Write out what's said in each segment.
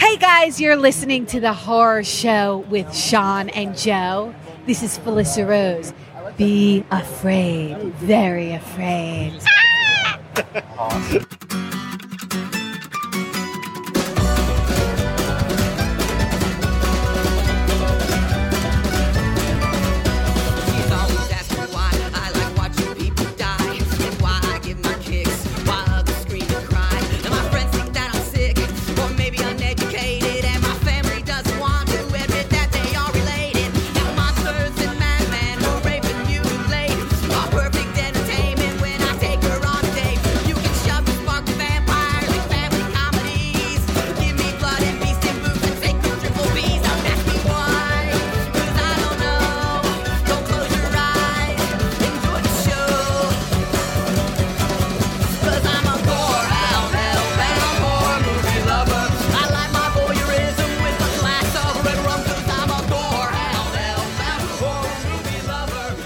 Hey guys, you're listening to The Horror Show with Sean and Joe. This is Felissa Rose. Be afraid, very afraid. She's always asking why I like watching people die, and why I give my kicks, why others scream and cry. And my friends think that I'm sick, or maybe uneducated, and my family doesn't want to admit that they are related. Now monsters and madmen were raping you late. All perfect entertainment when I take her on a date. You can shove the spark the vampire like family comedies. Give me blood and beast and boobs and take the triple B's. Don't ask me why, 'cause I don't know. Don't close your eyes, enjoy the show. Cause I'm a poor hell, hell, hell, poor movie lover. I like my voyeurism with a glass of red rum. Cause I'm a poor hell, hell, hell, poor movie lover.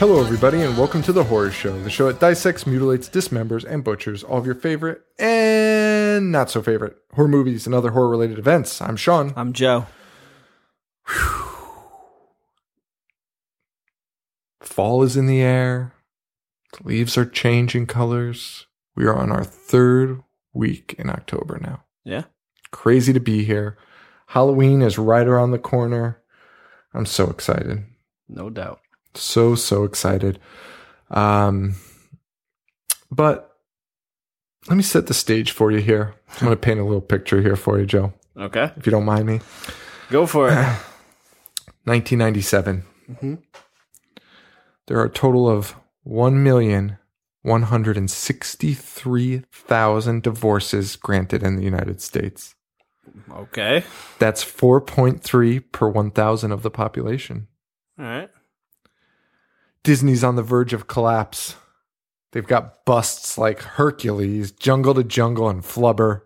Hello, everybody, and welcome to The Horror Show, the show that dissects, mutilates, dismembers, and butchers all of your favorite and not so favorite horror movies and other horror related events. I'm Sean. I'm Joe. Fall is in the air, the leaves are changing colors. We are on our third week in October now. Yeah. Crazy to be here. Halloween is right around the corner. I'm so excited. No doubt. so so excited um but let me set the stage for you here i'm going to paint a little picture here for you joe Okay. if you don't mind me Go for it. 1997 there are a total of 1,163,000 divorces granted in the united states okay. that's 4.3 per 1000 of the population All right. Disney's on the verge of collapse. They've got busts like Hercules, Jungle to Jungle, and Flubber.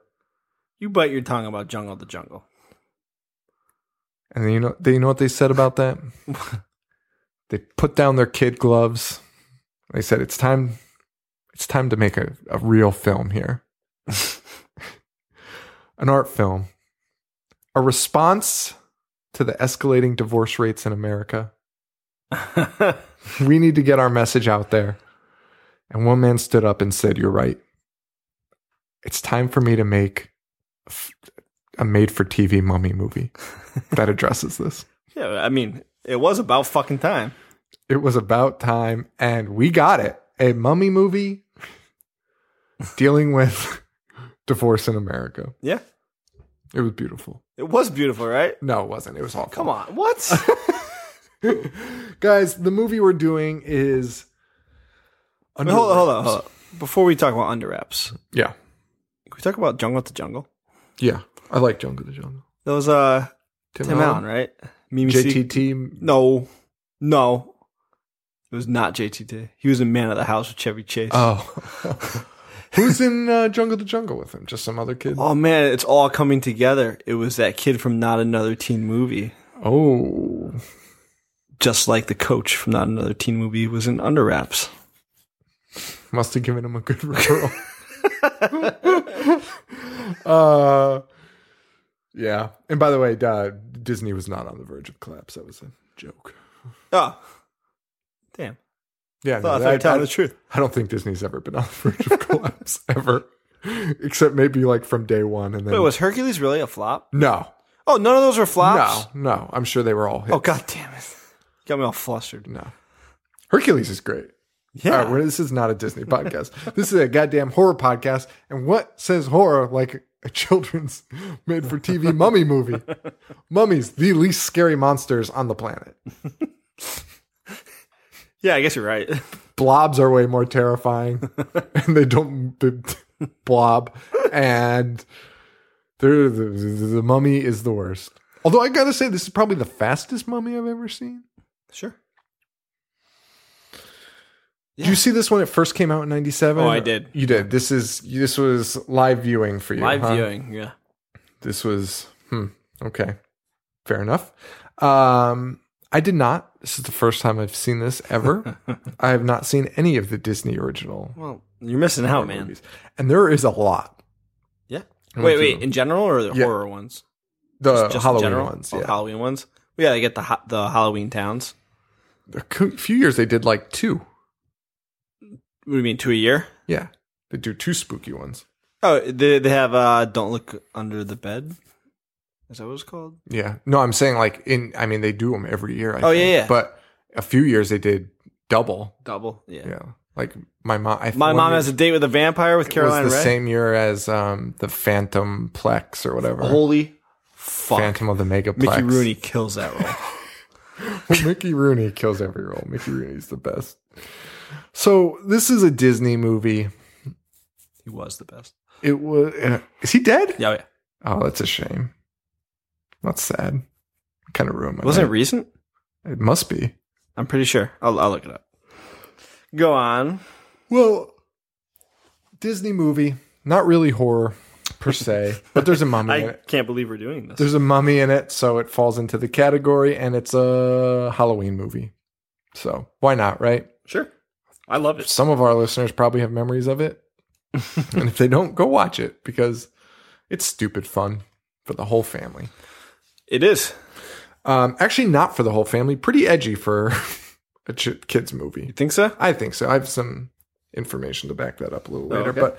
You bite your tongue about Jungle the Jungle. And you know, they, you know what they said about that? they put down their kid gloves. They said it's time, it's time to make a, a real film here, an art film, a response to the escalating divorce rates in America. we need to get our message out there. And one man stood up and said, You're right. It's time for me to make a f- a made for TV mummy movie that addresses this. Yeah, I mean, it was about fucking time. It was about time, and we got it. A mummy movie dealing with divorce in America. Yeah. It was beautiful. It was beautiful, right? No, it wasn't. It was awful. Come on. What? Guys, the movie we're doing is. Wait, hold on, hold on, hold on. Before we talk about under wraps, can Yeah. we talk about Jungle to Jungle? Yeah. I like Jungle to Jungle. That was uh Tim Allen, right? Mimi Se- JTT. No. No. It was not JTT. He was in Man of the House with Chevy Chase. Oh. Who's in uh, Jungle to Jungle with him? Just some other kid? oh man, it's all coming together. It was that kid from Not Another Teen Movie. Oh. Just like the coach from Not Another Teen Movie was in Under Wraps. Must have given him a good referral. uh, yeah. And by the way, uh, Disney was not on the verge of collapse. That was a joke. Oh. Damn. Yeah. Well, I thought you were telling the truth. I don't think Disney's ever been on the verge of collapse, ever. Except maybe like from day one, and then Wait, was Hercules really a flop? no, Oh, none of those were flops. no, no. I'm sure they were all hits. Oh god damn it! Got me all flustered. no. Hercules is great. Yeah. All right, we're- this is not a Disney podcast. this is a goddamn horror podcast. And what says horror like a children's made for TV mummy movie? Mummies, the least scary monsters on the planet. yeah, I guess you're right. Blobs are way more terrifying, and they don't b- b- blob. And they're, the, the, the mummy is the worst. Although I gotta say, this is probably the fastest mummy I've ever seen. sure. Did you see this when it first came out in '97? Oh, I did. You did. This is this was live viewing for you. Live huh? viewing. Yeah. this was hmm, okay fair enough um i did not this is the first time i've seen this ever i have not seen any of the disney original Well, you're missing out, Oh, man. movies and there is a lot Yeah. I'm Wait, into wait. them. In general or the Yeah. horror ones? the Just in halloween general? ones Oh, yeah Halloween ones. We gotta get the ha- the Halloween towns. a cou- few years they did like two What do you mean two a year? yeah they do two spooky ones Oh, they they have uh Don't Look Under the Bed. Is that what it's called? yeah no i'm saying like in i mean they do them every year I Oh, think. yeah, yeah. but a few years they did double Double. Yeah. yeah like my mom I My one mom year- has a date with a vampire with it was Caroline the Ray. same year as um, the Phantom Plex or whatever. Holy fuck. Phantom of the Megaplex. Mickey Rooney kills that role. Mickey Rooney kills every role. Mickey Rooney's the best. So this is a Disney movie. he was the best. It was. is he dead? Yeah, yeah. Oh, that's a shame. That's sad. Kind of ruined my. Wasn't it night. recent? it must be. I'm pretty sure. I'll, I'll look it up. Go on. Well, Disney movie, not really horror per se, but there's a mummy in I it. can't believe we're doing this. There's a mummy in it, so it falls into the category, and it's a Halloween movie. So why not, right? sure. I love it. some of our listeners probably have memories of it. and if they don't, go watch it because it's stupid fun for the whole family. It is. Um, actually, not for the whole family. Pretty edgy for a ch- kids movie. You think so? I think so. I have some information to back that up a little Oh, later, okay. but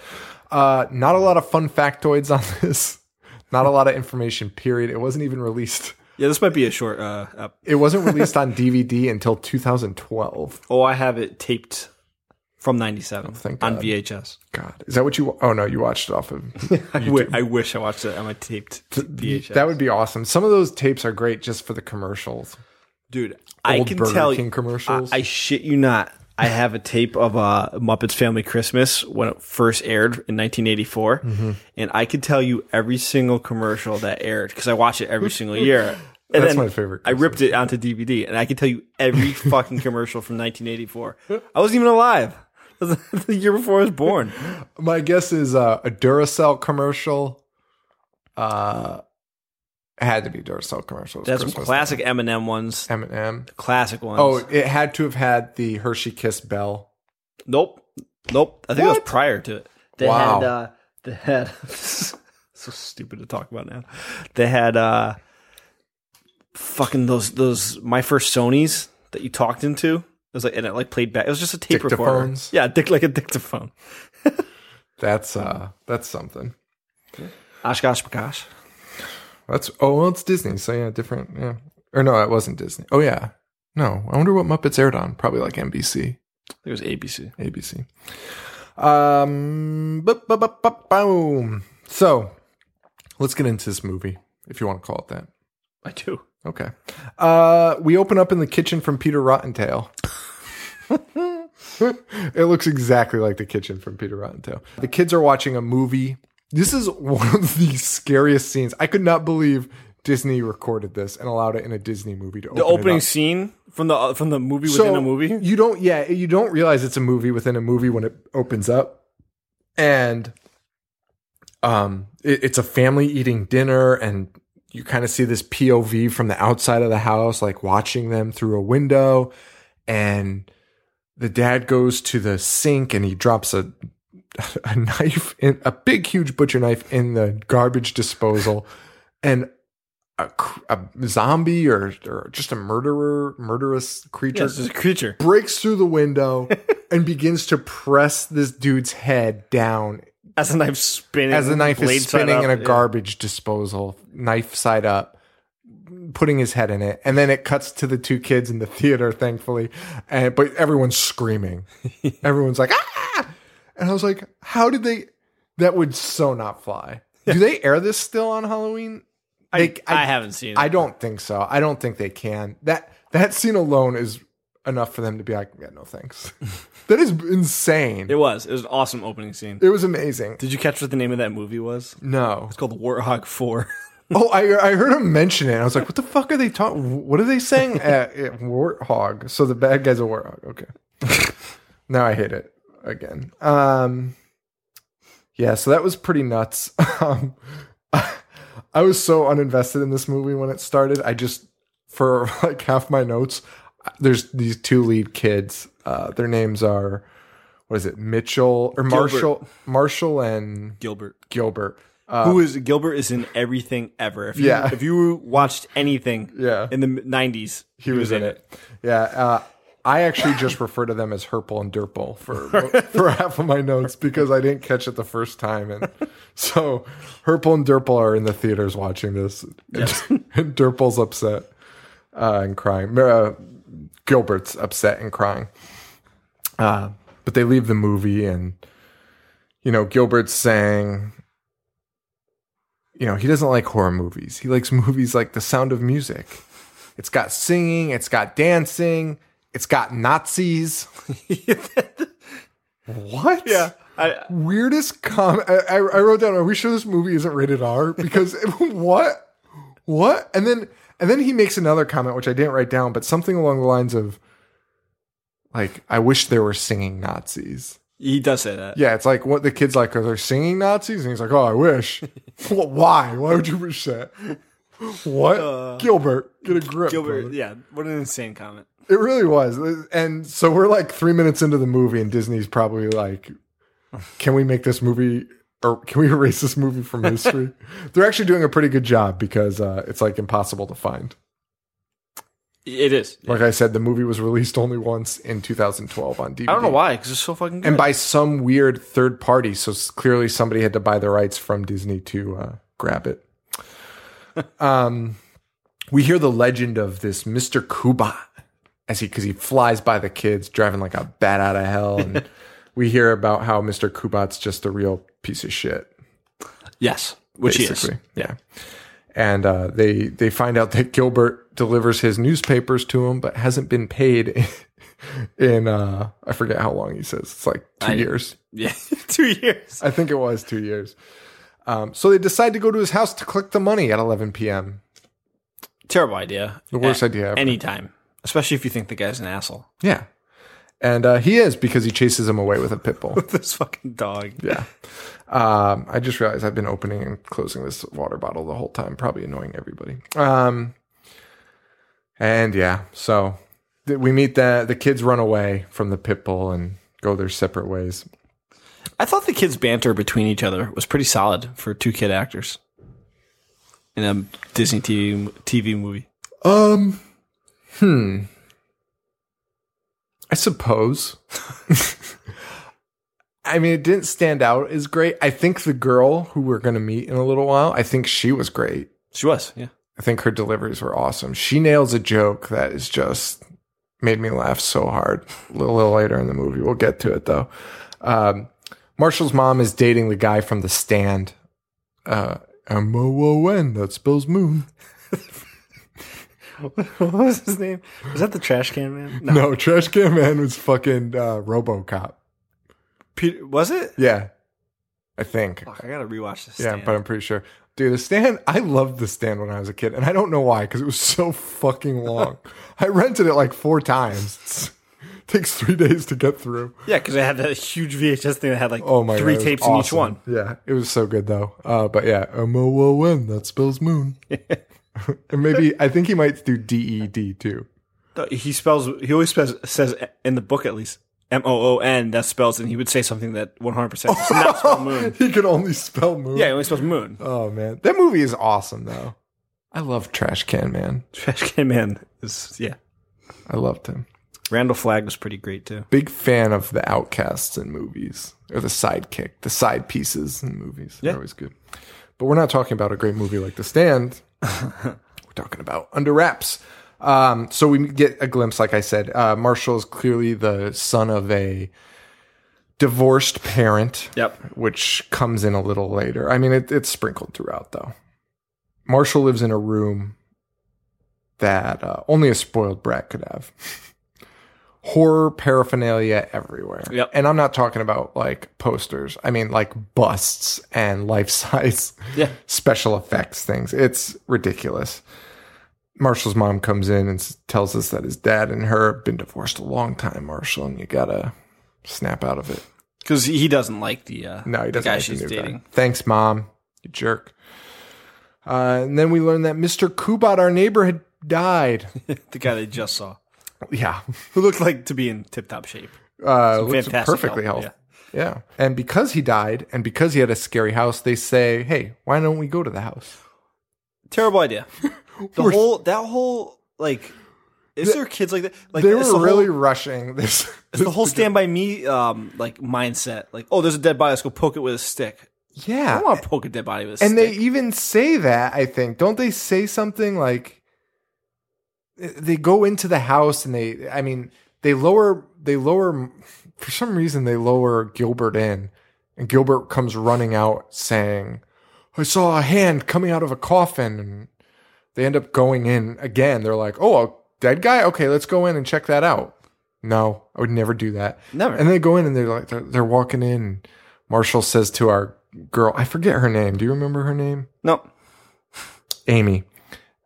uh, not a lot of fun factoids on this. Not a lot of information. Period. It wasn't even released. Yeah, this might be a short uh, app. It wasn't released on DVD until 2012. Oh, I have it taped from 97 Oh, thank on God. VHS. God, is that what you? Oh no, you watched it off of I, w- I wish I watched it on my taped VHS. That would be awesome. Some of those tapes are great just for the commercials. Dude, I Old can Burger tell King you. commercials. I, I shit you not. I have a tape of uh, Muppets Family Christmas when it first aired in 1984, Mm-hmm. and I could tell you every single commercial that aired because I watch it every single year. And That's my favorite I ripped it onto DVD, and I could tell you every fucking commercial from 1984. I wasn't even alive. That was the year before I was born. My guess is uh, a Duracell commercial. Uh, it had to be Duracell commercials. That's some classic Eminem ones, M&M. classic ones. Oh, it had to have had the Hershey Kiss Bell. Nope. Nope. I think that What? was prior to it. They Wow. had uh they had so stupid to talk about now. They had uh fucking those those my first Sony's that you talked into. It was like and it like played back. It was just a tape recorder. Dictaphones? Yeah, dick like a dictaphone. That's uh, that's something. Oshkosh Bakosh. That's oh, well, it's Disney. So yeah, different. Yeah, or no, it wasn't Disney. Oh yeah, no. I wonder what Muppets aired on. Probably like NBC. I think it was ABC. ABC. Um, bu- bu- bu- bu- boom. So let's get into this movie, if you want to call it that. I do. Okay. Uh, we open up in the kitchen from Peter Rottentail. it looks exactly like the kitchen from Peter Rottentail. The kids are watching a movie. This is one of the scariest scenes. I could not believe Disney recorded this and allowed it in a Disney movie to open The it opening up. scene from the from the movie within a movie. You don't, yeah, you don't realize it's a movie within a movie when it opens up, and um, it, it's a family eating dinner, and you kind of see this POV from the outside of the house, like watching them through a window, and the dad goes to the sink and he drops a a knife in a big huge butcher knife in the garbage disposal and a, cr- a zombie or or just a murderer murderous creature Yes, it's a creature. breaks through the window and begins to press this dude's head down as the knife's spinning, as the knife blade is side spinning up, in a yeah. garbage disposal, knife side up, putting his head in it, and then it cuts to the two kids in the theater, thankfully, and but everyone's screaming, everyone's like ah, and I was like, how did they? That would so not fly. Do they air this still on Halloween? They- I, haven't seen. it. I don't think so. I don't think they can. That that scene alone is enough for them to be like, yeah, no thanks. that is insane. It was. It was an awesome opening scene. It was amazing. Did you catch what the name of that movie was? It's No. called Warhog Four. Oh, I, I heard him mention it. I was like, what the fuck are they talking? What are they saying? uh, uh, warthog. So the bad guy's a warthog. Okay. now I hate it again. Um, yeah, so that was pretty nuts. Um, I was so uninvested in this movie when it started. I just, for like half my notes, there's these two lead kids. Uh, their names are, what is it, Mitchell or Marshall? Marshall and Gilbert. Gilbert. Who is Gilbert? Is in everything ever. If you, Yeah. If you watched anything, Yeah. in the nineties, he was in it. Yeah. Uh, I actually just refer to them as Herple and Derple for for half of my notes because I didn't catch it the first time, and so Herple and Derple are in the theaters watching this, and, and Derple's upset uh, and crying. Uh, Gilbert's upset and crying. Uh, but they leave the movie, and you know Gilbert's saying, you know, he doesn't like horror movies. He likes movies like The Sound of Music. It's got singing, it's got dancing, it's got Nazis. what? Yeah. I, Weirdest com. I, I I wrote down. Are we sure this movie isn't rated R? Because what? What? And then and then he makes another comment which I didn't write down, but something along the lines of, like, I wish there were singing Nazis. he does say that. Yeah, it's like what the kids like. Are they singing Nazis? And he's like, "Oh, I wish." Wh- Why? Why would you wish that? What, Gilbert? Get a grip, Uh, Gilbert. brother. Yeah. What an insane comment. It really was. And so we're like three minutes into the movie, and Disney's probably like, "Can we make this movie?" Or can we erase this movie from history? They're actually doing a pretty good job because uh, it's like impossible to find. It is. Like I said, the movie was released only once in 2012 on DVD. I don't know why, because it's so fucking good. and by some weird third party. So s- clearly, somebody had to buy the rights from Disney to uh, grab it. um, we hear the legend of this Mister Kuba as he because he flies by the kids driving like a bat out of hell, and we hear about how Mister Kubat's just a real piece of shit yes, which basically. Yeah. And uh, they they find out that Gilbert delivers his newspapers to him, but hasn't been paid in uh, I forget how long he says it's like two years. he is. Yeah. Two years. I think it was two years. Um, so they decide to go to his house to collect the money at 11 p.m. Terrible idea. The worst idea ever. Anytime, especially if you think the guy's an asshole. Yeah, and uh, he is because he chases him away with a pit bull. this fucking dog. yeah. Um, I just realized I've been opening and closing this water bottle the whole time, probably annoying everybody. Um, and yeah, so th- we meet the the kids run away from the pit bull and go their separate ways. I thought the kids' banter between each other was pretty solid for two kid actors in a Disney TV m- TV movie. Um, hmm. I suppose. I mean, it didn't stand out as great. I think the girl who we're going to meet in a little while, I think she was great. She was, yeah. I think her deliveries were awesome. She nails a joke that is just made me laugh so hard. A little, little later in the movie, we'll get to it though. Um, Marshall's mom is dating the guy from The Stand. Uh, M O O N. That spells moon. what was his name? Was that the trash can man? No, No, Trash Can Man was fucking uh, RoboCop. Peter, was it? Yeah, I think. Fuck, I gotta rewatch this. Yeah, but I'm pretty sure. Dude, the stand, I loved the stand when I was a kid, and I don't know why, because it was so fucking long. I rented it like four times. takes three days to get through. yeah, because I had that huge VHS thing that had like Oh my God, three it was tapes in each awesome. one. Yeah, it was so good though. Uh, but yeah, M O O N, that spells moon. and maybe, I think he might do D E D too. No, He spells. He always spells, says in the book at least M O O N. That spells, and he would say something that 100 percent does not spell moon. he could only spell moon. Yeah, he only spells moon. Oh man, that movie is awesome though. I love Trash Can Man. Trash can man is yeah. I loved him. Randall Flagg was pretty great too. Big fan of the outcasts in movies or the sidekick, the side pieces in movies. They're Yeah. always good. But we're not talking about a great movie like The Stand. we're talking about Under Wraps. Um, so we get a glimpse, like I said. Uh, Marshall is clearly the son of a divorced parent. Yep. which comes in a little later. I mean, it, it's sprinkled throughout, though. Marshall lives in a room that uh, only a spoiled brat could have. Horror paraphernalia everywhere. Yep. And I'm not talking about like posters. I mean, like busts and life size Yeah. special effects things. It's ridiculous. Marshall's mom comes in and s- tells us that his dad and her have been divorced a long time, Marshall, and you gotta snap out of it. Because he doesn't like the uh, No, he the doesn't guy like she's the new dating. guy. Thanks, mom. You jerk. Uh, and then we learned that Mr. Kubat, our neighbor, had died. The guy they just saw, yeah, who looked like to be in tip-top shape. uh, looks fantastic perfectly help, healthy. Yeah. and because he died, and because he had a scary house, they say, "Hey, why don't we go to the house?" Terrible idea. The We're- whole that whole like, is there kids like that? Like they it's the were really whole, rushing this. it's the whole Stand by Me um like mindset. Like, oh, there's a dead body. Let's go poke it with a stick. I yeah, don't want to poke a dead body with a and stick. they even say that. I think don't they say something like they go into the house and they? I mean, they lower they lower for some reason they lower Gilbert in, and Gilbert comes running out saying, "I saw a hand coming out of a coffin," and they end up going in again. They're like, "Oh, a dead guy? Okay, let's go in and check that out." No, I would never do that. Never. And they go in and they're like, they're, they're walking in. And Marshall says to our girl, I forget her name. Do you remember her name? no, Amy.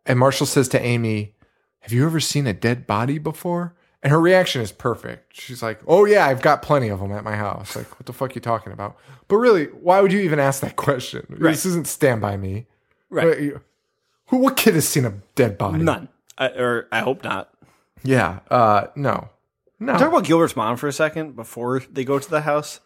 And Marshall says to Amy, Have you ever seen a dead body before? And her reaction is perfect. She's like, Oh, yeah, I've got plenty of them at my house. Like, what the fuck you talking about? But really, why would you even ask that question? This isn't Stand By Me. Right. Uh, Who, what kid has seen a dead body? none. I, or I hope not. Yeah. Uh, no. No. Talk about Gilbert's mom for a second before they go to the house.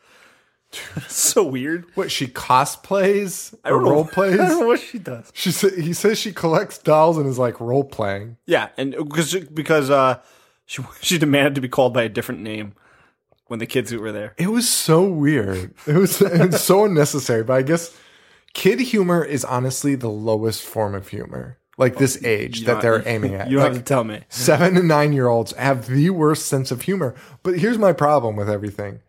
so weird. what she cosplays or know- role plays? I don't know what she does. She sa- he says she collects dolls and is like role playing. Yeah, and because because uh, she she demanded to be called by a different name when the kids were there. It was so weird. It was it's so unnecessary, but I guess kid humor is honestly the lowest form of humor. Like this age that they're aiming at. Oh, You don't Like, have to tell me. Seven and nine year olds have the worst sense of humor. But here's my problem with everything.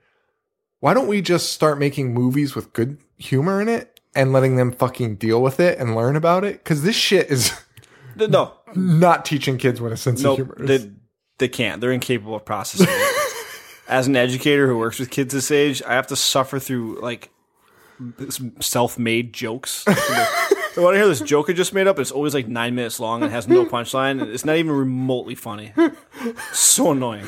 Why don't we just start making movies with good humor in it and letting them fucking deal with it and learn about it? Because this shit is Th- No, not teaching kids what a sense no, of humor is. they, they can't. They're incapable of processing. it. As an educator who works with kids this age, I have to suffer through like self made jokes. I want to hear this joke I just made up. It's always like nine minutes long and has no punchline. and It's not even remotely funny. So annoying.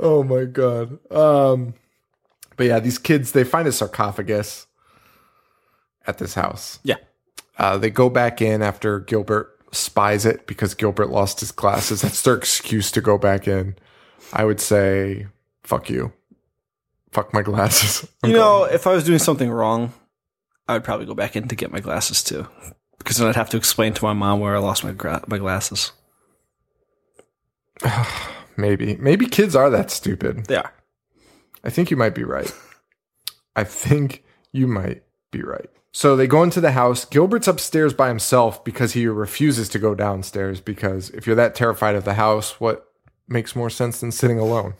Oh my god. Um but yeah, these kids they find a sarcophagus at this house. Yeah. Uh they go back in after Gilbert spies it because Gilbert lost his glasses. That's their excuse to go back in. I would say fuck you. Fuck my glasses. I'm You know, going. if I was doing something wrong, I would probably go back in to get my glasses too, because then I'd have to explain to my mom where I lost my gra- my glasses. maybe maybe kids are that stupid. They are. I think you might be right. I think you might be right. So they go into the house. Gilbert's upstairs by himself because he refuses to go downstairs. Because if you're that terrified of the house, what makes more sense than sitting alone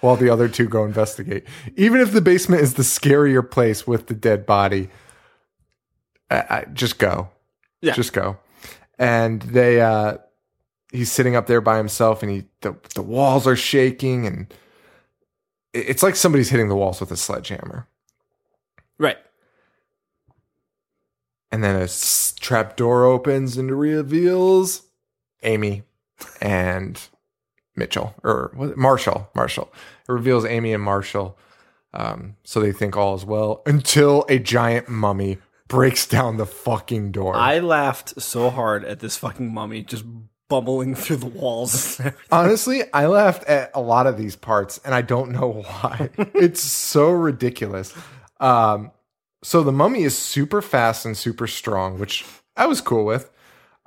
while the other two go investigate? Even if the basement is the scarier place with the dead body, I, I, just go. Yeah. Just go. And they, uh, he's sitting up there by himself and he, the, the walls are shaking and it- it's like somebody's hitting the walls with a sledgehammer. Right. And then a s- trap door opens and reveals Amy and Mitchell or was it Marshall. Marshall. It reveals Amy and Marshall. Um, so they think all is well until a giant mummy breaks down the fucking door. I laughed so hard at this fucking mummy just bumbling through the walls. and everything. Honestly, I laughed at a lot of these parts, and I don't know why. it's so ridiculous. Um, so the mummy is super fast and super strong, which I was cool with.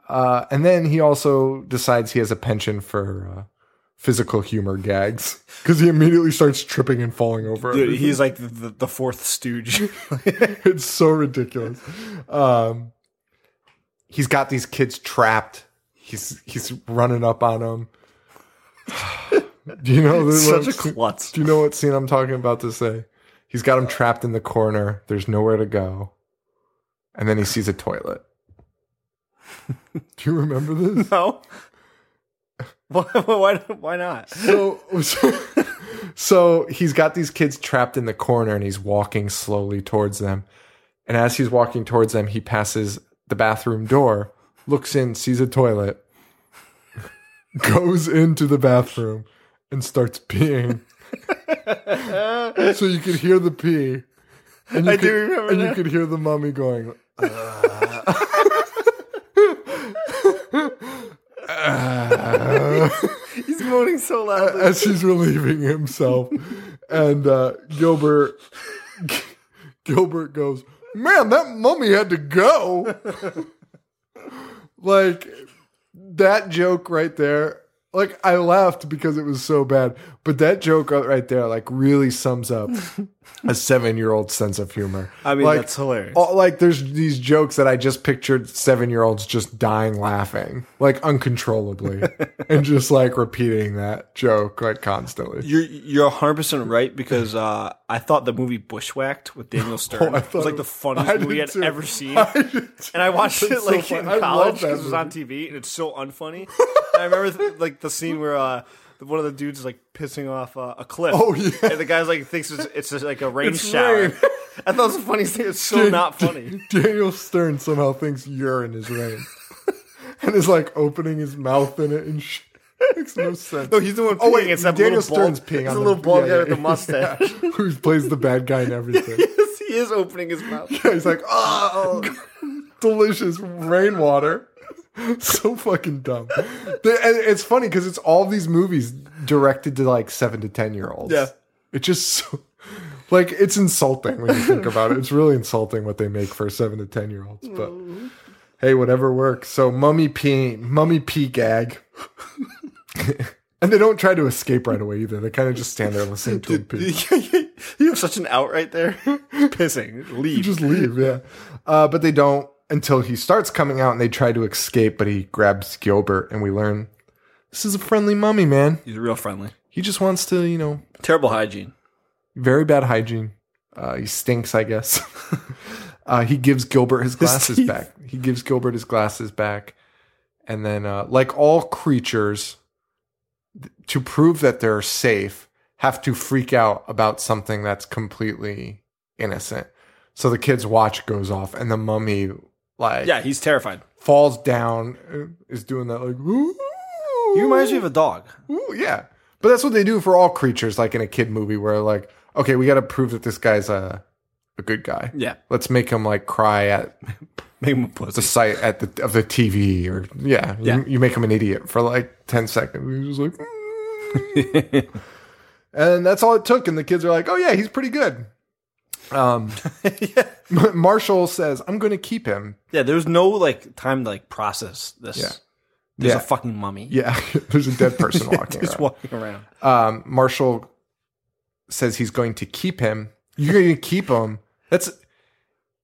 Uh, and then he also decides he has a penchant for uh, physical humor gags because he immediately starts tripping and falling over. Dude, he's like the, the fourth stooge. it's so ridiculous. Um, he's got these kids trapped. He's he's running up on them. do you know Such a what- klutz. Do you know what scene I'm talking about to say? He's got him trapped in the corner. There's nowhere to go, and then he sees a toilet. do you remember this? No. Why, why, why not? so, so, so he's got these kids trapped in the corner and he's walking slowly towards them. And as he's walking towards them, he passes the bathroom door, looks in, sees a toilet, goes into the bathroom, and starts peeing. so you could hear the pee. And you I could, do remember And that. you could hear the mummy going, He's moaning so loudly. as he's relieving himself. And uh, Gilbert Gilbert goes, Man, that mummy had to go. like that joke right there. Like I laughed because it was so bad, but that joke right there like really sums up a seven-year-old sense of humor. I mean, like, that's hilarious. all- like there's these jokes that I just pictured seven-year-olds just dying laughing, like uncontrollably, and just like repeating that joke like constantly. You're you're 100 percent right because uh, I thought the movie Bushwhacked with Daniel Stern Oh, I was thought like the it- funniest I movie did I'd too. ever seen, I did too. and I watched it That's so like funny. in I love college that because it was on TV, and it's so unfunny. and I remember th- like the scene where uh, one of the dudes is like pissing off uh, a cliff. Oh, yeah. and the guy's like thinks it's, it's just like a rain It's shower. rain. I thought it was the funniest thing. It's so Dude, not funny. Daniel Stern somehow thinks urine is rain, and is like opening his mouth in it and shit. Makes no sense. No, he's the one Oh peeing. wait, It's it's that Daniel little bald- Stern's peeing. it's on the little bald guy with the yeah, mustache. yeah. who plays the bad guy and everything. yes, he is opening his mouth. He's like, oh, delicious rainwater. So fucking dumb. The- and it's funny because it's all these movies directed to like seven to ten year olds. Yeah. It's just so, like it's insulting when you think about it. It's really insulting what they make for seven to ten year olds. But hey, whatever works. So mummy pee, mummy pee gag. and they don't try to escape right away either. They kind of just stand there listening to him pee. you have such an out right there. Pissing. Leave. just leave, yeah. Uh, but they don't until he starts coming out and they try to escape, but he grabs Gilbert and we learn this is a friendly mummy, man. He's real friendly. He just wants to, you know, Terrible hygiene. very bad hygiene. Uh, he stinks, I guess. uh, he gives Gilbert his glasses teeth. back. He gives Gilbert his glasses back. And then, uh, like all creatures, th- to prove that they're safe, have to freak out about something that's completely innocent. So the kid's watch goes off, and the mummy, like, Yeah, he's terrified. falls down, uh, is doing that, like, "Ooh." He reminds me of a dog. Ooh, yeah. But that's what they do for all creatures, like in a kid movie, where like, okay, we got to prove that this guy's a a good guy. Yeah. Let's make him like cry at Make him a the pussy. sight at the of the TV, or yeah, you- Yeah. You, make him an idiot for like ten seconds. He's just like, "Mm." and that's all it took. And the kids are like, oh yeah, he's pretty good. Um, Marshall says, I'm going to keep him. Yeah, there's no like time to like process this. Yeah. There's Yeah. a fucking mummy. Yeah, there's a dead person walking. Just around. walking around. um, Marshall says he's going to keep him. You're going to keep him. That's.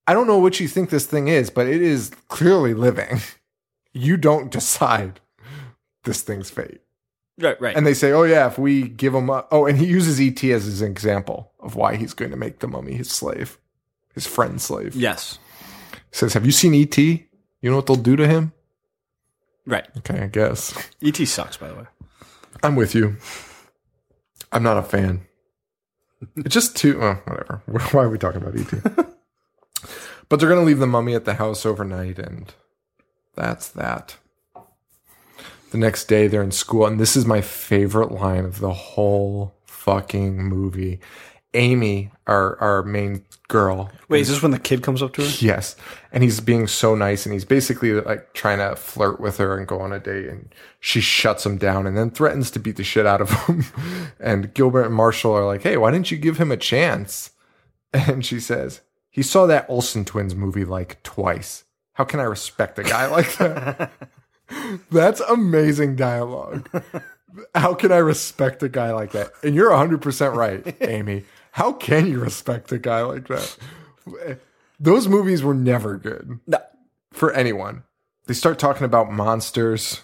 I don't know what you think this thing is, but it is clearly living. You don't decide this thing's fate. Right, right. And they say, "Oh yeah, if we give him up." Oh, and he uses ET as his example of why he's going to make the mummy his slave, his friend slave. yes. Says, "Have you seen ET? You know what they'll do to him?" Right. Okay, I guess. E.T. sucks, by the way. I'm with you. I'm not a fan. It's just too. Oh, whatever. Why are we talking about ET? but they're going to leave the mummy at the house overnight, and that's that. The next day, they're in school, and this is my favorite line of the whole fucking movie. Amy, our our main girl, Wait, is this when the kid comes up to her? Yes. And he's being so nice and he's basically like trying to flirt with her and go on a date and she shuts him down and then threatens to beat the shit out of him. and Gilbert and Marshall are like, "Hey, why didn't you give him a chance?" And she says, "He saw that Olsen twins movie like twice. How can I respect a guy like that? That's amazing dialogue. How can I respect a guy like that? And you're 100% right, Amy. How can you respect a guy like that? Those movies were never good No. for anyone. They start talking about monsters,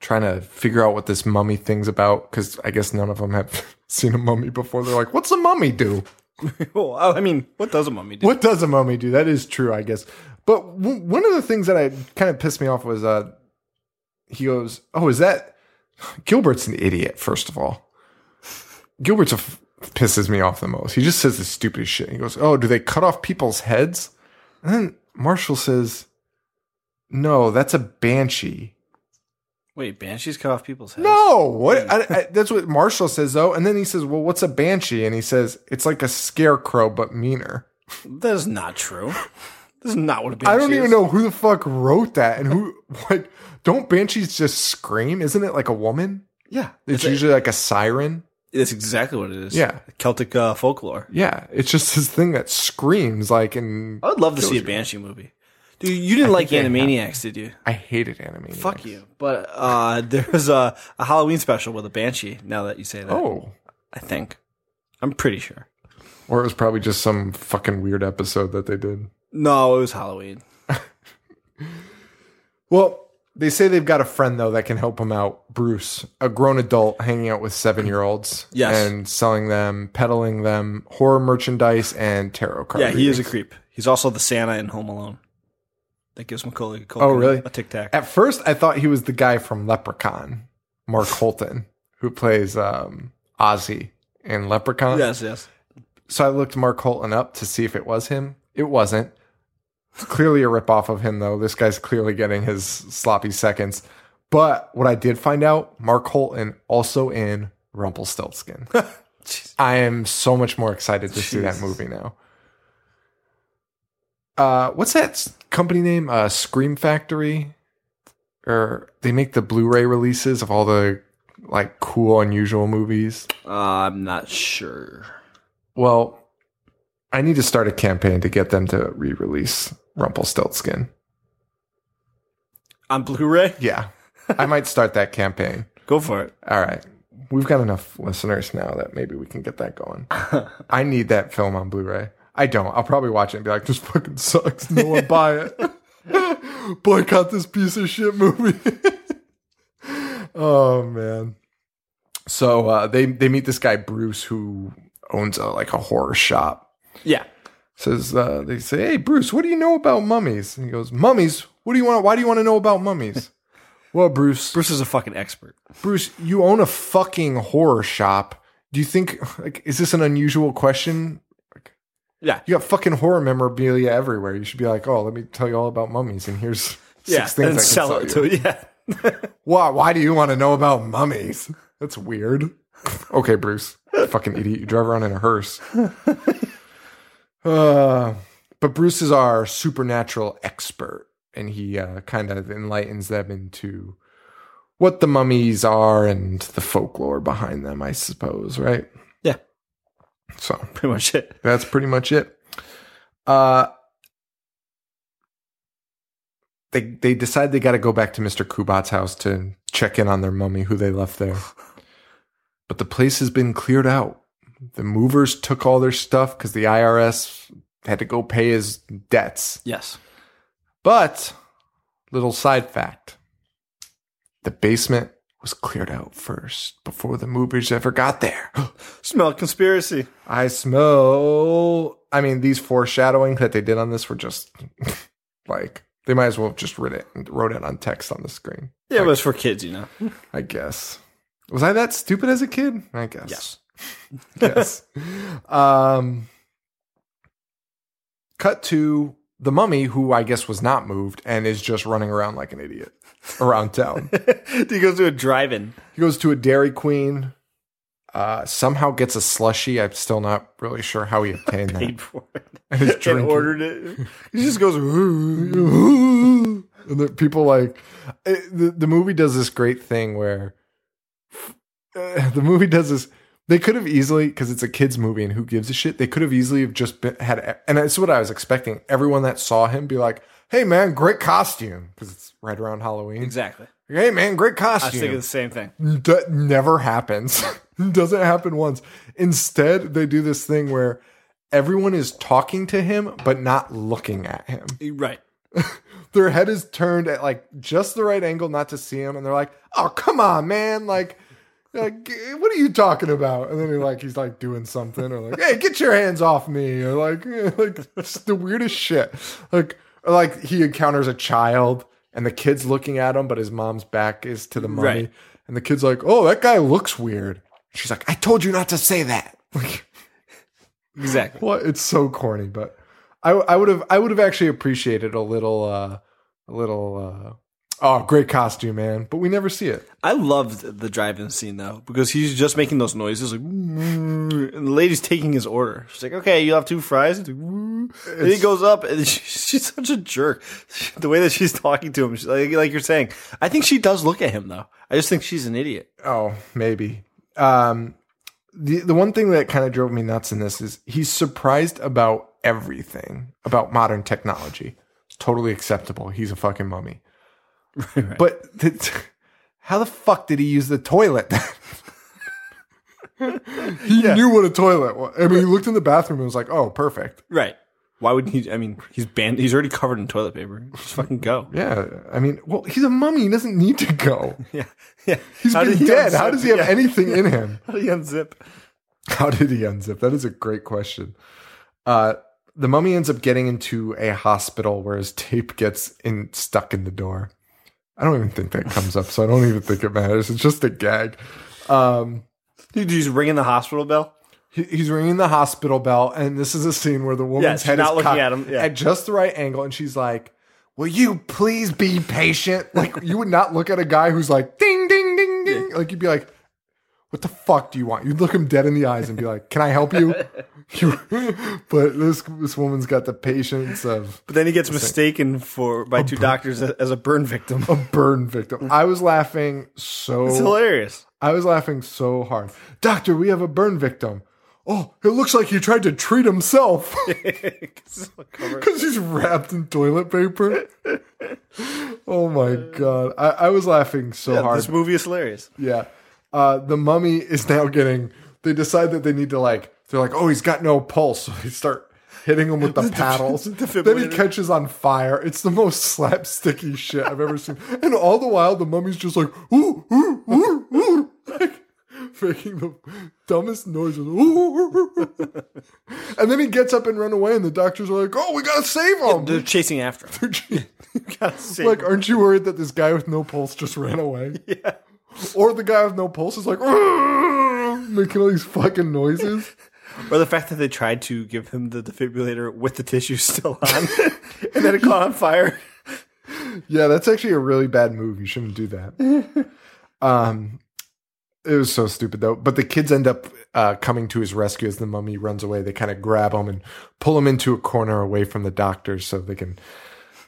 trying to figure out what this mummy thing's about, because I guess none of them have seen a mummy before. They're like, what's a mummy do? Well, I I mean, what does a mummy do? What does a mummy do? That is true, I guess. But w- one of the things that I kind of pissed me off was uh, he goes, "Oh, is that Gilbert's an idiot?" First of all, Gilbert's a f- pisses me off the most. He just says the stupidest shit. He goes, "Oh, do they cut off people's heads?" And then Marshall says, "No, that's a banshee." Wait, banshees cut off people's heads. No, what? I, I, that's what Marshall says though. And then he says, "Well, what's a banshee?" And he says, "It's like a scarecrow but meaner." that is not true. This is not what a banshee I don't even is. know who the fuck wrote that and who what don't banshees just scream? Isn't it like a woman? Yeah, It's usually like a siren. That's exactly what it is. Yeah. Celtic uh, folklore. Yeah, it's just this thing that screams like and I would love to see a banshee movie. Dude, you didn't like they have- Animaniacs, did you? I hated anime. Fuck you. But uh, there's a, a Halloween special with a banshee. Now that you say that, Oh. I think I'm pretty sure. Or it was probably just some fucking weird episode that they did. No, it was Halloween. Well, they say they've got a friend though that can help them out, Bruce, a grown adult hanging out with seven year olds. Yes. And selling them, peddling them horror merchandise and tarot cards. yeah, he is a creep. He's also the Santa in Home Alone. That gives Macaulay Culkin Oh, really? a tic tac. At first, I thought he was the guy from Leprechaun, Mark Holton, who plays um, Ozzy in Leprechaun. Yes, yes. So I looked Mark Holton up to see if it was him. It wasn't. Clearly a ripoff of him, though. This guy's clearly getting his sloppy seconds. But what I did find out, Mark Holton also in Rumpelstiltskin. I am so much more excited to see that Jesus. movie now. Uh, what's that s- company name? Uh, Scream Factory, or they make the Blu-ray releases of all the like cool, unusual movies. Uh, I'm not sure. Well, I need to start a campaign to get them to re-release Rumpelstiltskin. On Blu-ray, Yeah, I might start that campaign. go for it. All right. We've got enough listeners now that maybe we can get that going. I need that film on Blu ray. I don't. I'll probably watch it and be like, this fucking sucks. No one buy it. Boycott this piece of shit movie. oh, man. So uh, they, they meet this guy, Bruce, who owns a, like a horror shop Yeah, says uh, they say, "Hey Bruce, what do you know about mummies?" And he goes, "Mummies? What do you want? Why do you want to know about mummies?" well, Bruce, Bruce is a fucking expert. Bruce, you own a fucking horror shop. Do you think like is this an unusual question? Yeah, You got fucking horror memorabilia everywhere. You should be like, "Oh, let me tell you all about mummies." And here's six yeah. things I And can sell it to yeah. Why? Why do you want to know about mummies? That's weird. okay, Bruce, you fucking idiot. You drive around in a hearse. Uh, but Bruce is our supernatural expert, and he uh, kind of enlightens them into what the mummies are and the folklore behind them, I suppose, right? Yeah, So pretty much it. that's pretty much it. Uh, they they decide they got to go back to Mister Kubat's house to check in on their mummy who they left there. But the place has been cleared out. The movers took all their stuff because the IRS had to go pay his debts. Yes. But little side fact: the basement was cleared out first before the movers ever got there. Smell conspiracy. I smell. I mean, these foreshadowing that they did on this were just like they might as well have just writ it wrote it on text on the screen. Yeah, but it's for kids, you know. I guess. Was I that stupid as a kid? I guess. Yes. um. Cut to the mummy, who I guess was not moved and is just running around like an idiot around town. he goes to a drive-in. He goes to a Dairy Queen. Uh, somehow gets a slushy. I'm still not really sure how he obtained that. Paid for it. And he's and drinking. ordered it. He just goes. and the people like it, the, the movie does this great thing where uh, the movie does this They could have easily, because it's a kids movie and who gives a shit. They could have easily have just been, had, and that's what I was expecting. Everyone that saw him be like, "Hey man, great costume," because it's right around Halloween. Exactly. Hey man, great I was costume. thinking the same thing. that never happens. Doesn't happen once. Instead, they do this thing where everyone is talking to him but not looking at him. Right. Their head is turned at like just the right angle not to see him, and they're like, "Oh, come on, man! Like, like eh, what are you talking about?" And then he like he's like doing something or like, "Hey, get your hands off me!" Or like, eh, like just the weirdest shit. Like, or like he encounters a child and the kid's looking at him, but his mom's back is to the mummy, Right. and the kid's like, "Oh, that guy looks weird." She's like, "I told you not to say that." Like, Exactly. what it's so corny, but I I would have I would have actually appreciated a little uh a little uh oh great costume man, but we never see it. I loved the drive-in scene though because he's just making those noises like, "Mm," and the lady's taking his order. She's like, "Okay, you'll have two fries." He's like, "Mm." and he It's- goes up, and she, she's such a jerk. The way that she's talking to him, she's like, like you're saying, I think she does look at him though. I just think she's an idiot. Oh maybe um the the one thing that kind of drove me nuts in this is he's surprised about everything about modern technology. It's totally acceptable. He's a fucking mummy. But th- how the fuck did he use the toilet? he knew what a toilet was. I mean, he looked in the bathroom and was like, "Oh, perfect." Right? Why would he? I mean, he's banned. He's already covered in toilet paper. Just fucking go. Yeah, I mean, well, he's a mummy. He doesn't need to go. Yeah, yeah. He's How been did he dead. unzip? How does he have Yeah. anything in him? How did he unzip? How did he unzip? That is a great question. Uh, the mummy ends up getting into a hospital where his tape gets in stuck in the door. I don't even think that comes up, so I don't even think it matters. It's just a gag. Um, Dude, he's ringing the hospital bell. he- he's ringing the hospital bell, and this is a scene where the woman's Yeah, she's head not is looking cocked at him, yeah. at just the right angle, and she's like, "Will you please be patient?" Like you would not look at a guy who's like, "Ding, ding, ding, ding." Like you'd be like, "What the fuck do you want?" You'd look him dead in the eyes and be like, "Can I help you?" You- but this this woman's got the patience of But then he gets mistaken for by two doctors a- as a burn victim. a burn victim. I was laughing It's so hilarious. I was laughing so hard. Doctor, we have a burn victim. Oh, it looks like he tried to treat himself. Because he's wrapped in toilet paper. oh my god, I, I was laughing so hard. This movie is hilarious. yeah, uh, the mummy is now getting. They decide that they need to like. They're like, oh, he's got no pulse. So they start hitting him with the paddles. then he defibrillator. catches on fire. It's the most slapsticky shit I've ever seen. And all the while, the mummy's just like, ooh, ooh, ooh, ooh, like, making the dumbest noises. Ooh, ooh, ooh, ooh. and then he gets up and run away. And the doctors are like, oh, we gotta save him. They're chasing after him. Like, aren't you worried that this guy with no pulse just ran away? Yeah. Or the guy with no pulse is like "Argh," making all these fucking noises. or the fact that they tried to give him the defibrillator with the tissue still on, and then it caught on fire. Yeah, that's actually a really bad move. You shouldn't do that. um, it was so stupid though. But the kids end up uh, coming to his rescue as the mummy runs away. They kind of grab him and pull him into a corner away from the doctors so they can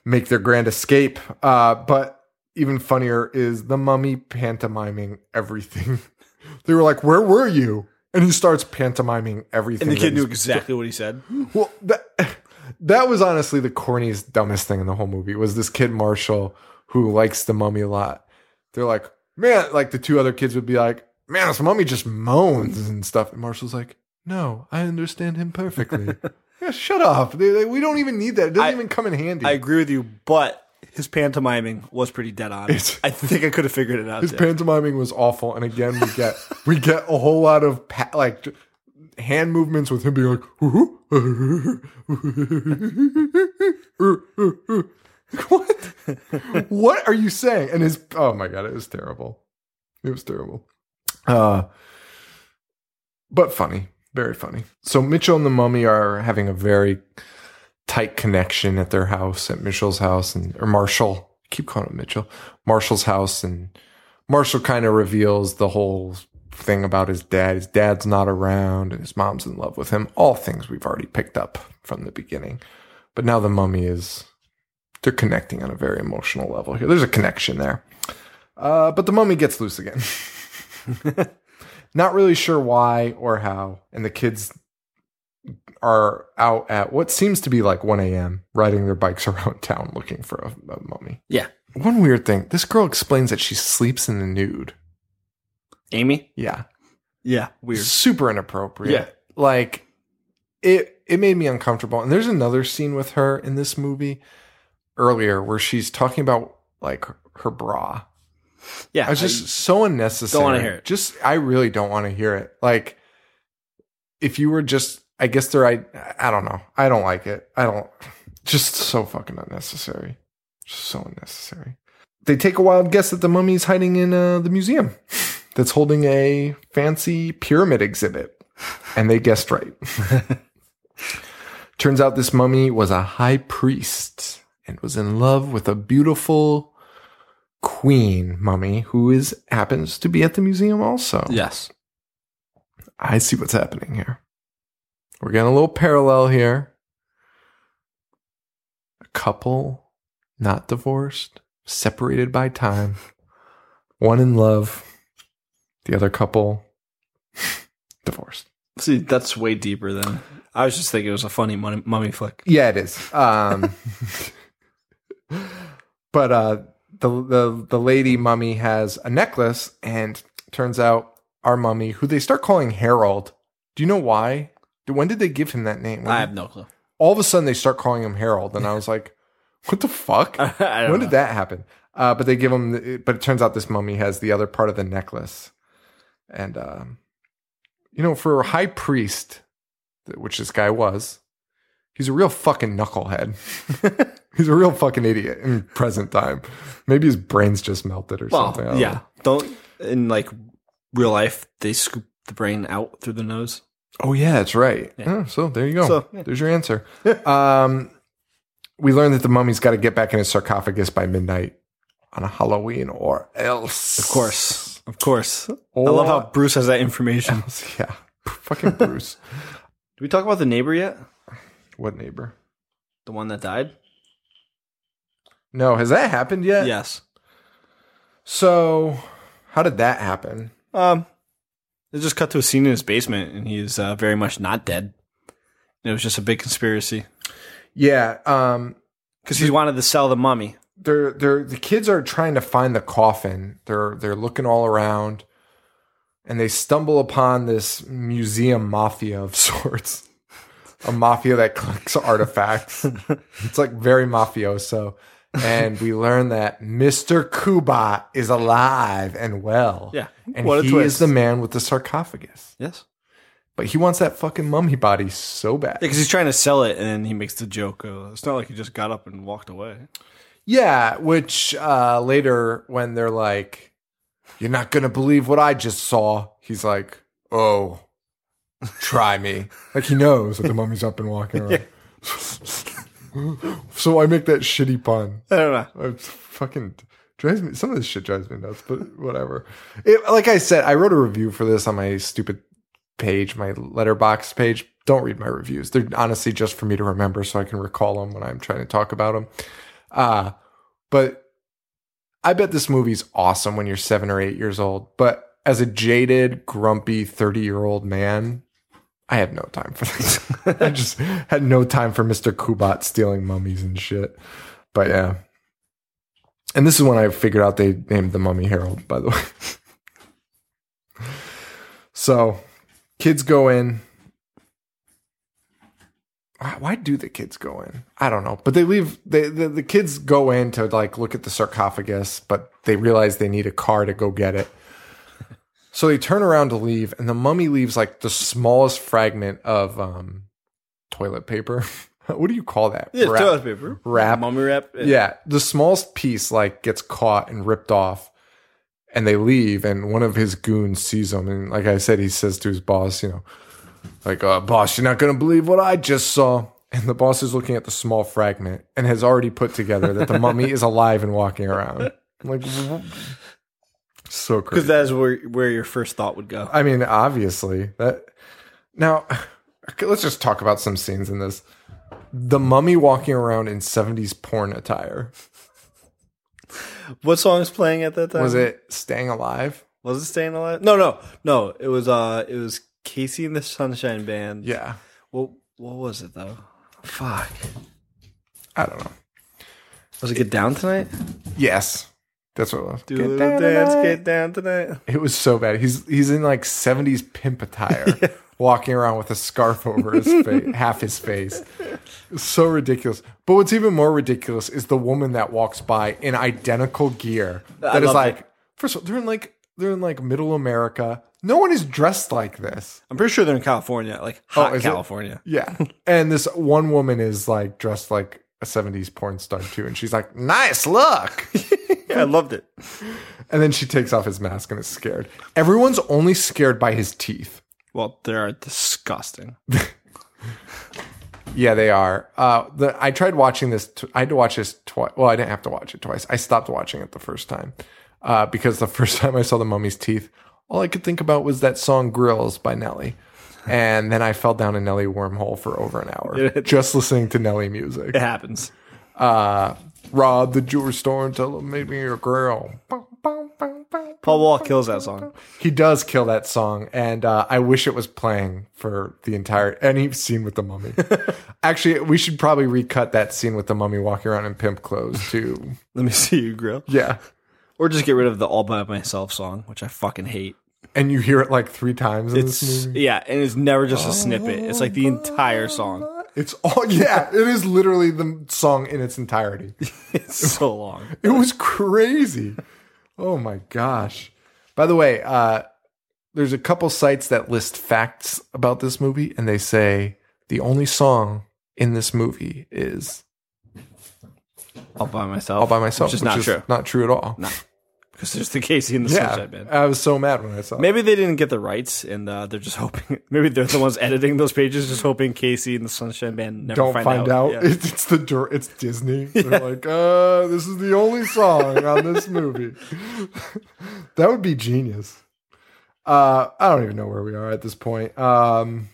make their grand escape. Uh, but even funnier is the mummy pantomiming everything. they were like, "Where were you?" And he starts pantomiming everything. And the kid that knew he's- exactly what he said. well, that that was honestly the corniest, dumbest thing in the whole movie was this kid Marshall who likes the mummy a lot. They're like, man, like the two other kids would be like, man, this mummy just moans and stuff. And Marshall's like, no, I understand him perfectly. yeah, shut up. They, they- we don't even need that. It doesn't I- even come in handy. I agree with you, but his pantomiming was pretty dead on. It's- I think I could have figured it out. His there. pantomiming was awful, and again we get we get a whole lot of pa- like j- hand movements with him being like, "What? what are you saying?" And his oh my god, it was terrible. It was terrible. Uh, but funny, very funny. So Mitchell and the mummy are having a very tight connection at their house, at Mitchell's house, and or Marshall. I keep calling it Mitchell. Marshall's house, and Marshall kind of reveals the whole thing about his dad. His dad's not around, and his mom's in love with him. All things we've already picked up from the beginning. But now the mummy is. They're connecting on a very emotional level here. There's a connection there. Uh, but the mummy gets loose again. Not really sure why or how. And the kids are out at what seems to be like 1 a.m. riding their bikes around town looking for a, a mummy. Yeah. One weird thing this girl explains that she sleeps in the nude. Amy? Yeah. Yeah. Weird. Super inappropriate. Yeah. Like it it made me uncomfortable. And there's another scene with her in this movie earlier where she's talking about like her bra. Yeah. I was just so unnecessary. Don't wanna hear it. Just I really don't want to hear it. Like if you were just I guess they're I I don't know. I don't like it. I don't just so fucking unnecessary. Just so unnecessary. They take a wild guess that the mummy's hiding in uh, the museum that's holding a fancy pyramid exhibit. And they guessed right. Turns out this mummy was a high priest and was in love with a beautiful queen mummy who is happens to be at the museum also. yes. I see what's happening here. We're getting a little parallel here. A couple not divorced, separated by time. One in love, the other couple divorced. See, that's way deeper than. I was just thinking it was a funny mummy, mummy flick. Yeah, it is. Um, but uh, the the the lady mummy has a necklace, and turns out our mummy, who they start calling Harold. Do you know why? When did they give him that name? When I have no clue. all of a sudden they start calling him Harold, and I was like, "What the fuck? I when don't know. did that happen?" Uh, but they give him, the, but it turns out this mummy has the other part of the necklace, and um, you know, for a high priest, th- which this guy was, he's a real fucking knucklehead. he's a real fucking idiot in present time. Maybe his brains just melted or Well, something. I don't yeah. know. Don't in like real life they scoop the brain out through the nose. Oh yeah, that's right. Yeah. Yeah, so there you go. So, yeah. There's your answer. um, we learned that the mummy's got to get back in his sarcophagus by midnight on a Halloween, or else. Of course, of course. Or I love how Bruce has that information. Did else. Yeah. Fucking Bruce. we talk about the neighbor yet? what neighbor? The one that died? No, has that happened yet? Yes. So, how did that happen? Um, they just cut to a scene in his basement, and he's uh, very much not dead. It was just a big conspiracy Yeah. Um. because he wanted to sell the mummy. they're they're the kids are trying to find the coffin. They're they're looking all around, and they stumble upon this museum mafia of sorts, a mafia that collects artifacts. it's like very mafioso, and we learn that Mister Kubat is alive and well. Yeah. and What a he twist. is the man with the sarcophagus. Yes. But he wants that fucking mummy body so bad. Because he's trying to sell it, and then he makes the joke. Uh, it's not like he just got up and walked away. Yeah, which uh, later when they're like, "You're not gonna believe what I just saw," he's like, "Oh, try me." like he knows that the mummy's up and walking around. so I make that shitty pun. I don't know. It's fucking drives me. Some of this shit drives me nuts, but whatever. It, like I said, I wrote a review for this on my stupid page, my letterbox page. Don't read my reviews. They're honestly just for me to remember so I can recall them when I'm trying to talk about them. Uh, but I bet this movie's awesome when you're seven or eight years old. But as a jaded, grumpy 30 year old man, I have no time for this. I just had no time for Mr. Kubat stealing mummies and shit. But yeah. And this is when I figured out they named the mummy Harold, by the way. so kids go in. Why- Why do the kids go in? I don't know. But they leave they the, the kids go in to like look at the sarcophagus, but they realize they need a car to go get it. So they turn around to leave, and the mummy leaves like the smallest fragment of um toilet paper. what do you call that? Yeah, Wrap- toilet paper. Wrap. Mummy wrap. yeah, the smallest piece like gets caught and ripped off, and they leave. And one of his goons sees them, and like I said, he says to his boss, you know, like, uh, "Boss, you're not gonna believe what I just saw." And the boss is looking at the small fragment and has already put together that the mummy is alive and walking around. Like, so crazy. Because that is where where your first thought would go. I mean, obviously that. Now, okay, let's just talk about some scenes in this. The mummy walking around in '70s porn attire. What song is playing at that time? Was it Staying Alive? Was it Staying Alive? No, no, no. It was uh, it was Casey and the Sunshine Band. Yeah. What What was it though? Fuck. I don't know. Was it Get Down Tonight? Yes. That's what it was. Do Get a little down dance, tonight. get down tonight. It was so bad. He's he's in like seventies pimp attire, walking around with a scarf over his face, half his face. So ridiculous. But what's even more ridiculous is the woman that walks by in identical gear. I That is love like it. first of all, they're in like they're in like middle America. No one is dressed like this. I'm pretty sure they're in California, like hot is it? California. Yeah. and this one woman is like dressed like a 70s porn star too. And she's like, nice look. Yeah, I loved it. and then she takes off his mask and is scared. Everyone's only scared by his teeth. Well, they are disgusting. Yeah, they are. Uh, the, I tried watching this. T- I had to watch this twice. Well, I didn't have to watch it twice. I stopped watching it the first time uh, because the first time I saw the mummy's teeth, all I could think about was that song "Grills" by Nelly, and then I fell down a Nelly wormhole for over an hour just listening to Nelly music. It happens. Uh, rob the jewelry store and tell them make me your girl. Bow, bow, bow, bow, Paul bow, Wall bow, kills that bow, song. bow. He does kill that song, and uh, I wish it was playing for the entire any scene with the mummy. Actually, we should probably recut that scene with the mummy walking around in pimp clothes too. Let me see you grill. yeah, Or just get rid of the all by myself song, which I fucking hate. and you hear it like three times. In this It's movie. yeah, and it's never just a snippet. It's like the entire song. It's all yeah. It is literally the song in its entirety. It's so long. It was crazy. Oh my gosh. By the way, uh, there's a couple sites that list facts about this movie, and they say the only song in this movie is All by myself. All by Myself, Which is not true. Not true at all. Because there's the Casey and the yeah, Sunshine Band. I was so mad when I saw. it. Maybe they didn't get the rights, and uh, they're just hoping. Maybe they're the ones editing those pages, just hoping Casey and the Sunshine Band never Don't find, find, out. Yeah. It's, it's the dir- it's Disney. They're like, uh, this is the only song on this movie. that would be genius. Uh, I don't even know where we are at this point. Um,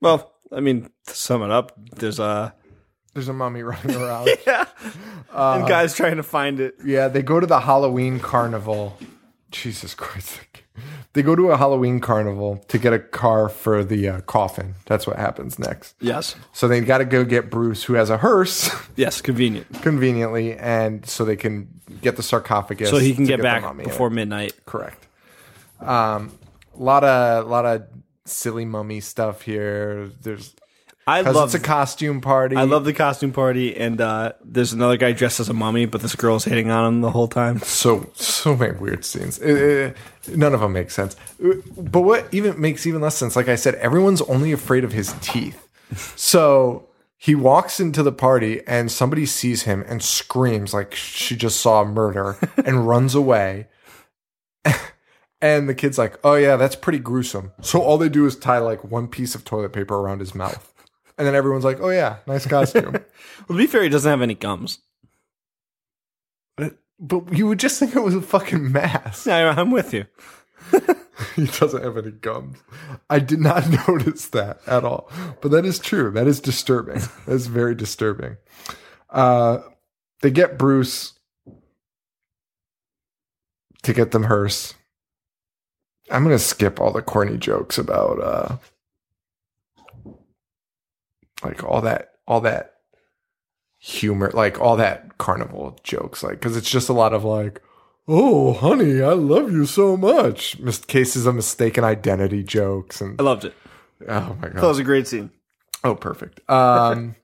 Well, I mean, to sum it up, there's uh, there's a mummy running around. yeah, Uh, and guys trying to find it. Yeah, they go to the Halloween carnival. Jesus Christ. They go to a Halloween carnival to get a car for the uh, coffin. That's what happens next. Yes, So they got to go get Bruce, who has a hearse, yes, convenient. conveniently, and so they can get the sarcophagus. So he can to get the back mummy in before it. midnight. Correct. Um, lot of lot of silly mummy stuff here. There's I because love it's a costume party. I love the costume party, and uh, there's another guy dressed as a mummy, but this girl's hitting on him the whole time. so so many weird scenes. Uh, uh, none of them make sense. Uh, But what even makes even less sense, like I said, everyone's only afraid of his teeth. So he walks into the party and somebody sees him and screams like she just saw a murder and runs away. And the kid's like, "Oh yeah, that's pretty gruesome." So all they do is tie like one piece of toilet paper around his mouth, and then everyone's like, "Oh yeah, nice costume." Well, to be fair, he doesn't have any gums. but you would just think it was a fucking mask. Yeah, I'm with you. he doesn't have any gums. I did not notice that at all. But that is true. That is disturbing. That is very disturbing. Uh, they get Bruce to get them hearse. I'm gonna skip all the corny jokes about uh, like all that, all that humor, like all that carnival jokes, like because it's just a lot of like, oh honey, I love you so much. Mis- cases of mistaken identity jokes and I loved it. oh my god, That was a great scene. Oh, perfect. Um,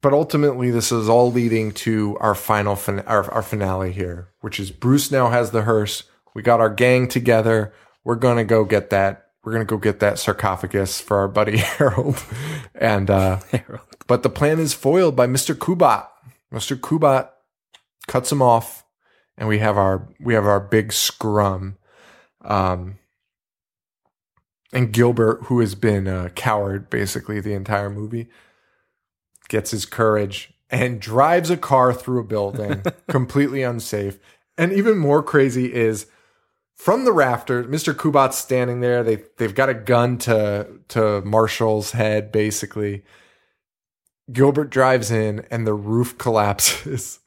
but ultimately, this is all leading to our final fin- our, our finale here, which is Bruce now has the hearse. We got our gang together. We're gonna go get that. We're gonna go get that sarcophagus for our buddy Harold. And uh, but the plan is foiled by Mister Kubat. Mister Kubat cuts him off, and we have our we have our big scrum. Um, and Gilbert, who has been a coward basically the entire movie, gets his courage and drives a car through a building completely unsafe. And even more crazy is from the rafters, Mr. Kubat's standing there. They they've got a gun to to Marshall's head, basically. Gilbert drives in and the roof collapses.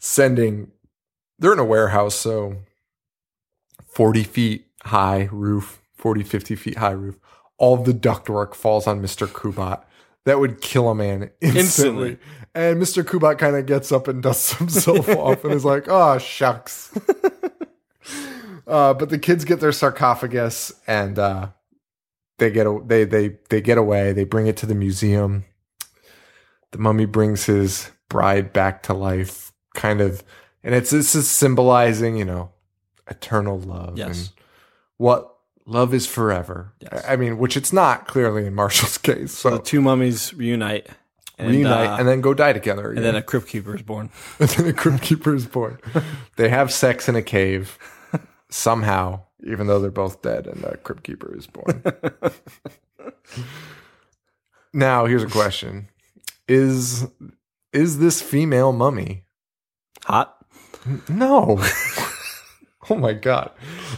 sending they're in a warehouse so 40 feet high roof 40 50 feet high roof all the ductwork falls on mr kubat that would kill a man instantly, Instantly. and mr kubat kind of gets up and dusts himself off and is like oh shucks uh, but the kids get their sarcophagus and uh, they get a- they they they get away they bring it to the museum the mummy brings his bride back to life, kind of, and it's this is symbolizing, you know, eternal love Yes. and what love is forever. Yes. I I mean, which it's not clearly in Marshall's case. The So two mummies reunite. And, reunite uh, and then go die together. and then a crypt keeper is born. and then a crypt keeper is born. they have sex in a cave somehow, even though they're both dead, and a crypt keeper is born. now, here's a question: Is is this female mummy? Hot. No. oh my god,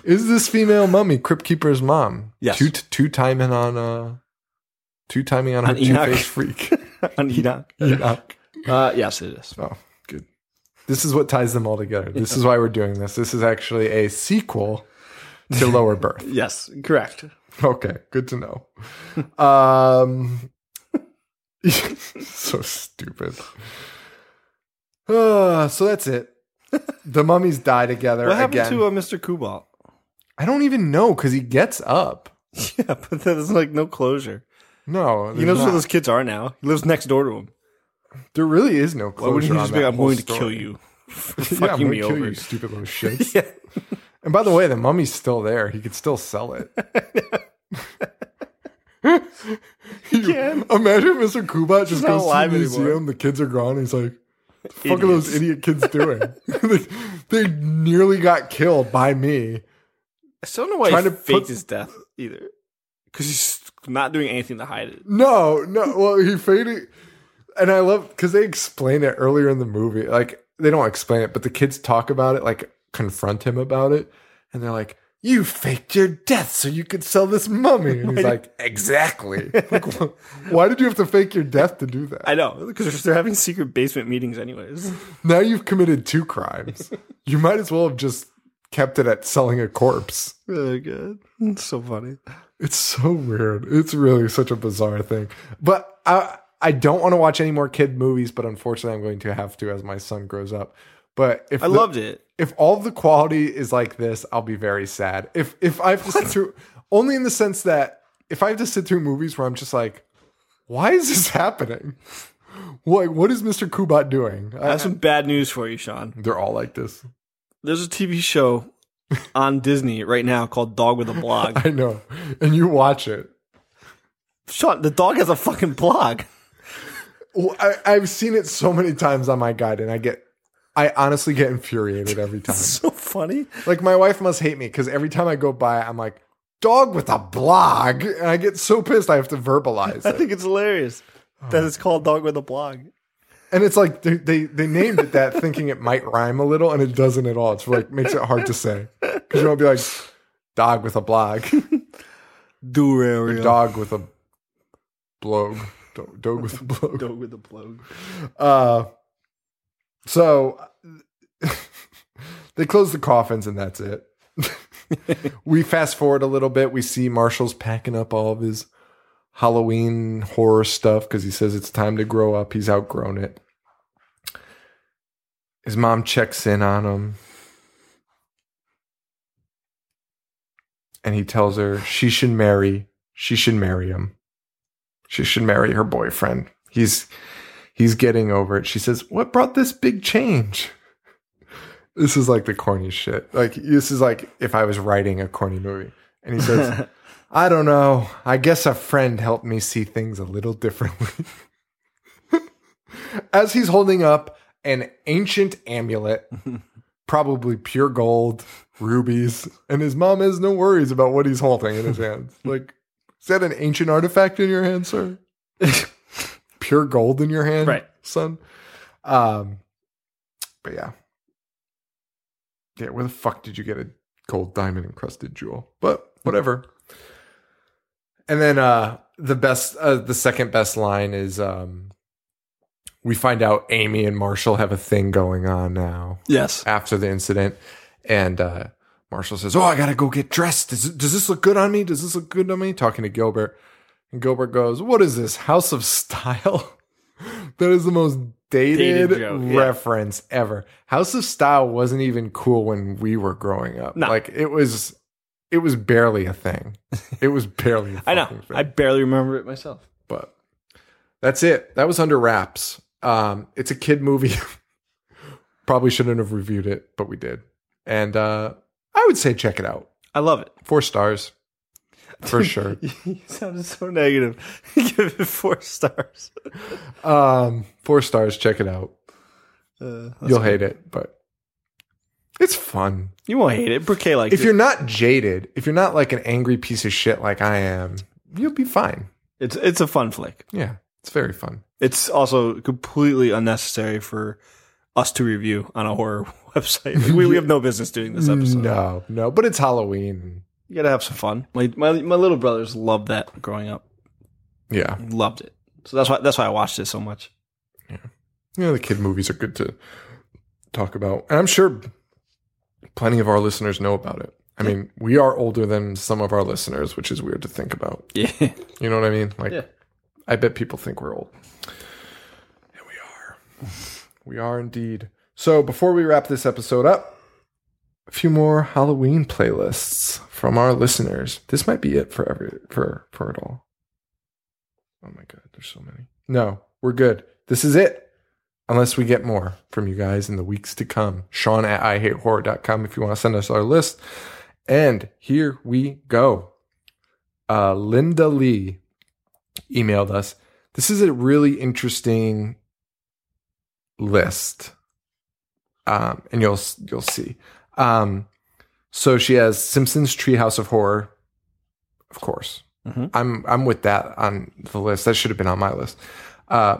is this female mummy crypt keeper's mom? Yes. two two timing on uh, two timing on her On Enoch. two face freak. On Enoch. Enoch. Uh, yes, it is. Oh, good. This is what ties them all together. This is why we're doing this. This is actually a sequel to Lower Birth. Yes, correct. Okay, good to know. Um, so stupid. Uh, so that's it. The mummies die together What happened again. to uh, Mr. Kubal? I don't even know because he gets up. Yeah, but there's like no closure. No, He knows where those kids are now. He lives next door to him. there really is no Why closure. wouldn't he on just be like, that I'm whole going to story. kill you? for Yeah, I'm Fucking going me to kill over. you, stupid little shit. Yeah. And by the way, the mummy's still there. He could still sell it. You- Imagine Mr. Kubat just goes to not the alive museum. anymore. The kids are gone. He's like, "What the fuck are those idiot kids doing? Like, they nearly got killed by me." I still don't know why Trying he to faked put- his death either. Because he's not doing anything to hide it. No, no. Well, he faded, and I love because they explain it earlier in the movie. Like they don't explain it, but the kids talk about it, like confront him about it, and they're like, "You faked your death so you could sell this mummy." And he's like, "Exactly." like, wh- why did you have to fake your death to do that? I know, because they're having secret basement meetings, anyways. Now you've committed two crimes. you might as well have just kept it at selling a corpse. Really good. so funny. It's so weird. It's really such a bizarre thing. But I I don't want to watch any more kid movies, but unfortunately I'm going to have to as my son grows up. But if I the- loved it. if all the quality is like this, I'll be very sad. If if I have to sit through only in the sense that if I have to sit through movies where I'm just like, why is this happening? What what is Mr. Kubat doing? I I, have some bad news for you, Sean. they're all like this. There's a TV show on Disney right now called Dog with a Blog. I know. And you watch it. Sean, the dog has a fucking blog. Well, I, I've seen it so many times on my guide, and I get, I honestly get infuriated every time. So funny. like my wife must hate me because every time I go by, I'm like, dog with a blog, and I get so pissed I have to verbalize I it. think it's hilarious that it's called Dog with a Blog. And it's like they they, they named it that thinking it might rhyme a little, and it doesn't at all. It's like makes it hard to say because you want to be like dog with a blog, Durario. dog with a blog, dog, dog with a blog. Dog with a blog. Uh, so they close the coffins and that's it. we fast forward a little bit. We see Marshall's packing up all of his Halloween horror stuff because he says it's time to grow up. He's outgrown it. His mom checks in on him. And he tells her she should marry, she should marry him. She should marry her boyfriend. He's he's getting over it. She says, "What brought this big change?" This is like the corny shit. Like this is like if I was writing a corny movie. And he says, "I don't know. I guess a friend helped me see things a little differently." As he's holding up an ancient amulet, probably pure gold, rubies, and his mom has no worries about what he's holding in his hands. Like, is that an ancient artifact in your hand, sir? pure gold in your hand, Right. son. Um, but yeah, yeah. Where the fuck did you get a gold diamond encrusted jewel? But whatever. and then uh, the best, uh, the second best line is um, we find out Amy and Marshall have a thing going on now Yes. after the incident. And uh, Marshall says, Oh, I got to go get dressed. Does, does this look good on me? Does this look good on me? Talking to Gilbert. And Gilbert goes, What is this? House of Style? that is the most dated, Dated joke, yeah. reference ever. House of Style wasn't even cool when we were growing up. No. Like it was. It was barely a thing. It was barely. A I know. fucking Thing I barely remember it myself. but that's it. That was under wraps. Um, it's a kid movie. Probably shouldn't have reviewed it, but we did. And uh, I would say check it out. I love it. Four stars for sure. you sounded so negative. Give it four stars. Um, four stars. Check it out. Uh, You'll hate it, but it's fun. you won't hate it. Briquet like If you're not jaded, if you're not like an angry piece of shit like I am, you'll be fine. it's it's a fun flick. Yeah, it's very fun. It's also completely unnecessary for us to review on a horror website. Like, we, we have no business doing this episode. No, no, but it's Halloween. You gotta have some fun. My, my my little brothers loved that growing up. Yeah. Loved it. So that's why that's why I watched it so much. you know, the kid movies are good to talk about. And I'm sure plenty of our listeners know about it. I mean, we are older than some of our listeners, which is weird to think about. Yeah. You know what I mean? Like, Yeah. I bet people think we're old. And we are. We are indeed. So, before we wrap this episode up, a few more Halloween playlists from our listeners. This might be it for every for for it all. Oh my god, there's so many. No, we're good. This is it. Unless we get more from you guys in the weeks to come. Sean at ihatehorror.com if you want to send us our list. And here we go. Uh, Linda Lee emailed us. This is a really interesting list, um, and you'll you'll see. Um, so she has Simpsons Treehouse of Horror, of course. Mhm. I'm I'm with that on the list. That should have been on my list. Uh,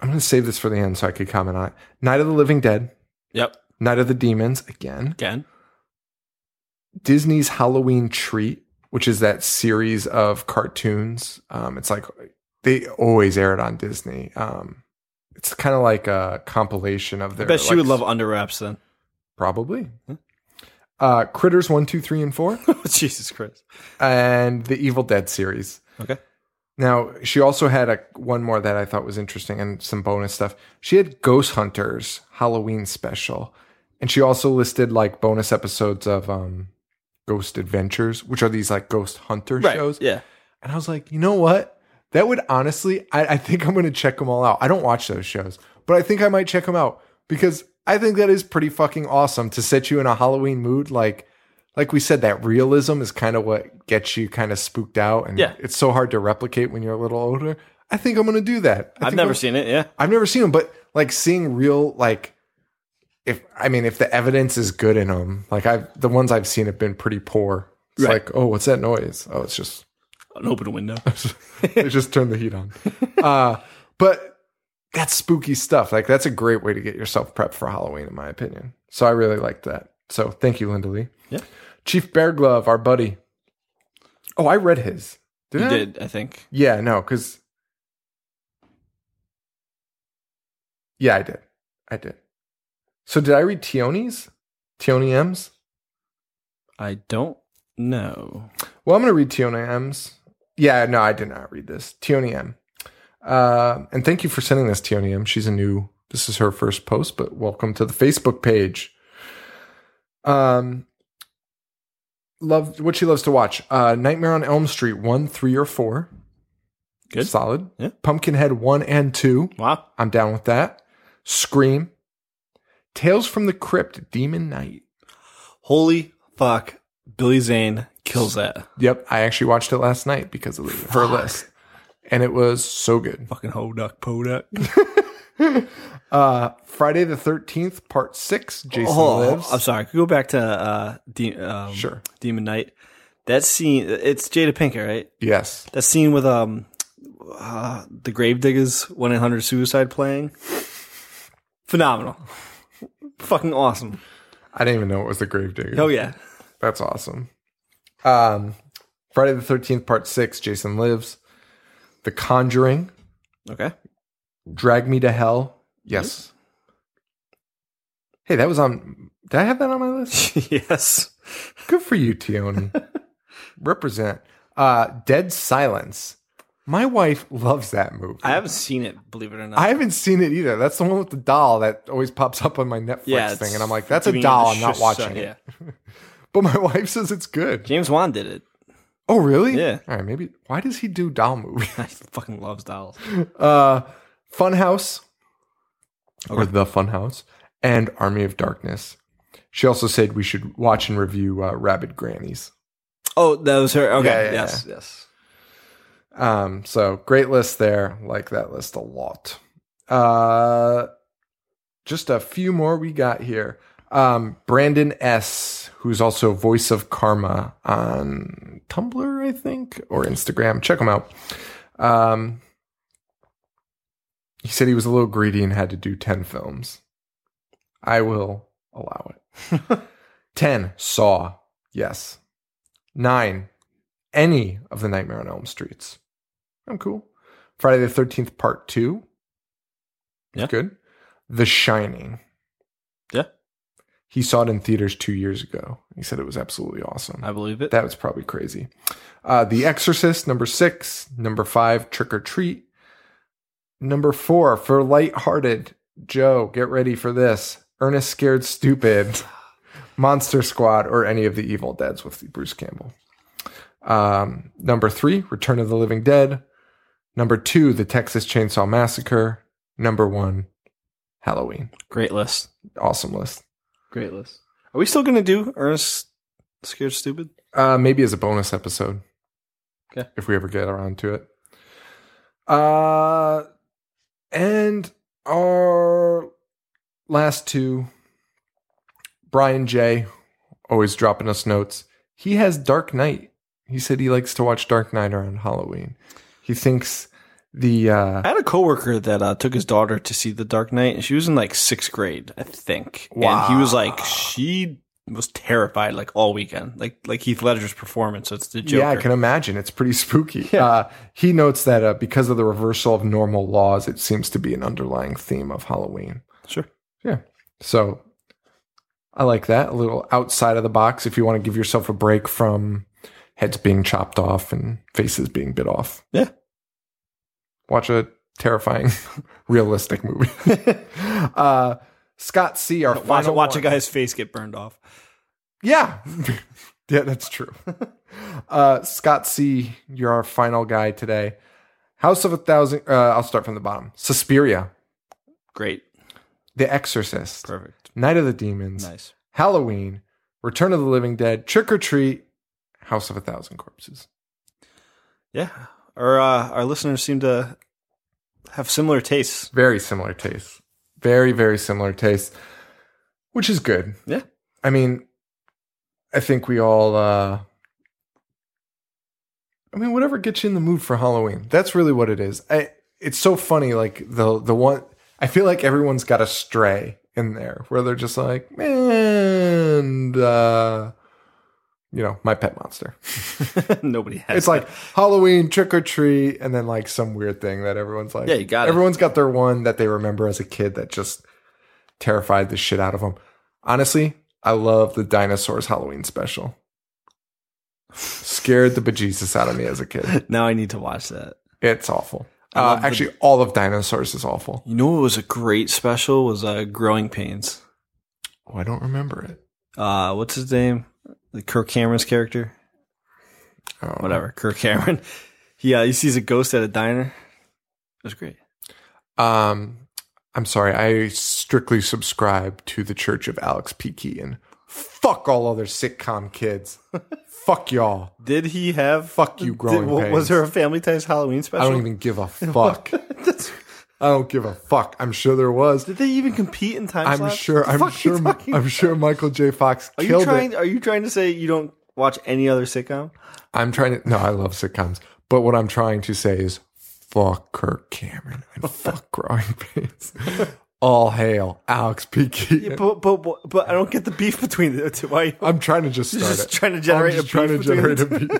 I'm going to save this for the end so I could comment on it. Night of the Living Dead, Yep. Night of the Demons again, Again. Disney's Halloween Treat, which is that series of cartoons. Um, it's like they always air it on Disney. Um, it's kind of like a compilation of I their. bet she like, would love under wraps then. probably. Uh, Critters one, two, three, and four, Oh, Jesus Christ. and the Evil Dead series. Okay. Now she also had a one more that I thought was interesting and some bonus stuff. She had Ghost Hunters Halloween special, and she also listed like bonus episodes of um, Ghost Adventures, which are these like ghost hunter Right. shows. Yeah. And I was like, you know what? That would honestly, I, I think I'm going to check them all out. I don't watch those shows, but I think I might check them out because I think that is pretty fucking awesome to set you in a Halloween mood. Like, like we said, that realism is kind of what gets you kind of spooked out, and Yeah. it's so hard to replicate when you're a little older. I think I'm going to do that. I I've think never I'm- seen it. Yeah. I've never seen them, but like seeing real, like if I mean, if the evidence is good in them, like I've the ones I've seen have been pretty poor. It's Right. like, oh, what's that noise? Oh, it's just An open window. they just turn the heat on. Uh, but that's spooky stuff. Like that's a great way to get yourself prepped for Halloween, in my opinion. So I really liked that. So thank you, Linda Lee. Yeah. Chief Bear Glove, our buddy. Oh, I read his. Did You I? did, I think. Yeah, no, because yeah, I did. I did. So did I read Tioni's? Tioni M's? I don't know. Well, I'm going to read Tiona M's. Yeah, no, I did not read this. Tiona M. Uh, and thank you for sending this, Tiona M. She's a new, this is her first post, but welcome to the Facebook page. Um, love what she loves to watch uh, Nightmare on Elm Street 1, 3, or 4. Good. Solid. Yeah. Pumpkinhead 1 and 2. Wow. I'm down with that. Scream. Tales from the Crypt, Demon Knight. Holy fuck. Billy Zane kills that. Yep, I actually watched it last night because of the- her list, and it was so good. Fucking hoduck poduck. Uh, Friday the Thirteenth, Part Six. Jason lives. Oh, I'm sorry. Could we go back to uh, De- um, Sure. Demon Knight. That scene, it's Jada Pinkett, right? Yes, That scene with um, uh, the Gravediggers 1 800 Suicide playing. Phenomenal. Fucking awesome. I didn't even know it was the Gravedigger. Hell yeah. That's awesome. Um, Friday the Thirteenth, Part Six. Jason lives. The Conjuring. Okay. Drag Me to Hell. Yes. Hey, that was on. Did I have that on my list? yes. Good for you, Tioni. Represent. Uh, Dead Silence. My wife loves that movie. I haven't seen it, believe it or not. I haven't seen it either. That's the one with the doll that always pops up on my Netflix it's thing, and I'm like, "That's giving a you doll. the I'm not shish watching suck, it." yeah. But my wife says it's good. James Wan did it. Oh, really? Yeah. All right. Maybe. Why does he do doll movies? I fucking loves dolls. Uh, Funhouse, or The Funhouse, and Army of Darkness. She also said we should watch and review uh, Rabid Grannies. Oh, that was her. Okay. Yeah, yeah, yes. Yes. Um, so great list there. Like that list a lot. Uh, just a few more we got here. Um, Brandon S, who's also voice of karma on Tumblr, I think, or Instagram. Check him out. Um, he said he was a little greedy and had to do 10 films. I will allow it. 10, Saw. Yes. 9, any of the Nightmare on Elm Streets. I'm cool. Friday the 13th, part two. Yeah. Good. The Shining. Yeah. He saw it in theaters two years ago. He said it was absolutely awesome. I believe it. That was probably crazy. Uh, the Exorcist, number six. Number five, Trick or Treat. Number four, for lighthearted Joe, get ready for this. Ernest Scared Stupid, Monster Squad, or any of the Evil Deads with Bruce Campbell. Um, number three, Return of the Living Dead. Number two, The Texas Chainsaw Massacre. Number one, Halloween. Great list. Awesome list. Great list. Are we still going to do Ernest Scared Stupid? Uh, maybe as a bonus episode. Okay. If we ever get around to it. Uh, and our last two, Brian J, always dropping us notes. He has Dark Knight. He said he likes to watch Dark Knight around Halloween. He thinks the uh, I had a coworker that uh, took his daughter to see The Dark Knight, and she was in like sixth grade, I think. And he was like, she was terrified like all weekend, like like Heath Ledger's performance. It's the Joker. Yeah, I can imagine. It's pretty spooky. Uh, he notes that uh, because of the reversal of normal laws, it seems to be an underlying theme of Halloween. Sure. Yeah. So I like that. A little outside of the box if you want to give yourself a break from heads being chopped off and faces being bit off. Yeah. Watch a terrifying, realistic movie. uh, Scott C., our Watch, final watch a one. guy's face get burned off. Yeah. yeah, that's true. Uh, Scott C., you're our final guy today. House of a Thousand. Uh, I'll start from the bottom. Suspiria, Great. The Exorcist, Perfect. Night of the Demons, Nice. Halloween, Return of the Living Dead, Trick or Treat, House of a Thousand Corpses. Yeah. Our uh, our listeners seem to have similar tastes. Very similar tastes. Very, very similar tastes, which is good. Yeah. I mean, I think we all. Uh, I mean, whatever gets you in the mood for Halloween. That's really what it is. I, it's so funny. Like the the one. I feel like everyone's got a stray in there where they're just like, and uh, you know, my pet monster. Nobody has. It's like Halloween, trick or treat, and then like some weird thing that everyone's like, Yeah, you got it. Everyone's got their one that they remember as a kid that just terrified the shit out of them. Honestly, I love the dinosaurs Halloween special. Scared the bejesus out of me as a kid. now I need to watch that. It's awful. I Uh, love the- actually, all of dinosaurs is awful. You know what was a great special was uh, Growing Pains. Oh, I don't remember it. Uh, what's his name? The Kirk Cameron's character, Oh. whatever. Kirk Cameron. He uh, he sees a ghost at a diner. It was great. Um, I'm sorry. I strictly subscribe to the Church of Alex P. Keaton. Fuck all other sitcom kids. Fuck y'all. Did he have Fuck you, Growing wa- Pains. Was there a Family Ties Halloween special? I don't even give a fuck. I don't give a fuck. I'm sure there was. Did they even compete in time? I'm slots? What sure. the I'm fuck are you sure. talking I'm sure Michael J. Fox Are you killed trying? it. Are you trying to say you don't watch any other sitcom? I'm trying to. No, I love sitcoms. But what I'm trying to say is, fuck Kirk Cameron and fuck Growing Pains. All hail Alex P. Keaton. But, but but but I don't get the beef between the two. Why? I'm trying to just start just it. trying to generate I'm just a trying beef to generate a between beef.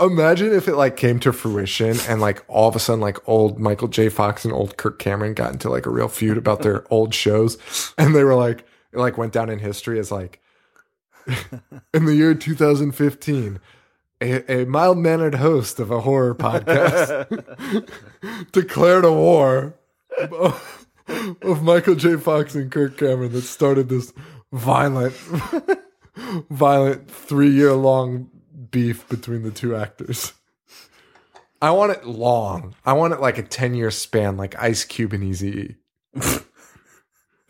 Imagine if it like came to fruition and like all of a sudden like old Michael J. Fox and old Kirk Cameron got into like a real feud about their old shows and they were like it like went down in history as like in the year 2015 a, a mild mannered host of a horror podcast declared a war of, of Michael J. Fox and Kirk Cameron that started this violent violent three year long beef between the two actors. I want it long. I want it like a 10 year span, like Ice Cube and Easy E. that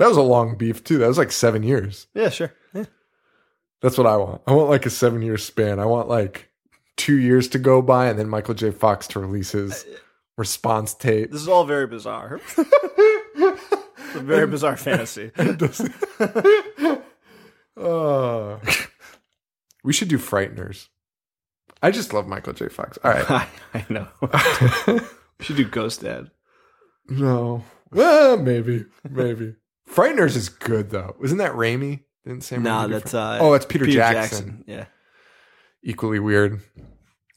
was a long beef, too. That was like seven years. Yeah, sure. Yeah. That's what I want. I want like a seven year span. I want like two years to go by and then Michael J. Fox to release his response tape. This is all very bizarre. it's a very bizarre fantasy. Uh, we should do Frighteners. I just love Michael J. Fox. All right. I, I know. we should do Ghost Dad. No. Well, maybe. Maybe. Frighteners is good though. Isn't that Raimi? Didn't Sam No, Raimi do that's Fri- uh, Oh, it's Peter, Jackson. Yeah, Equally weird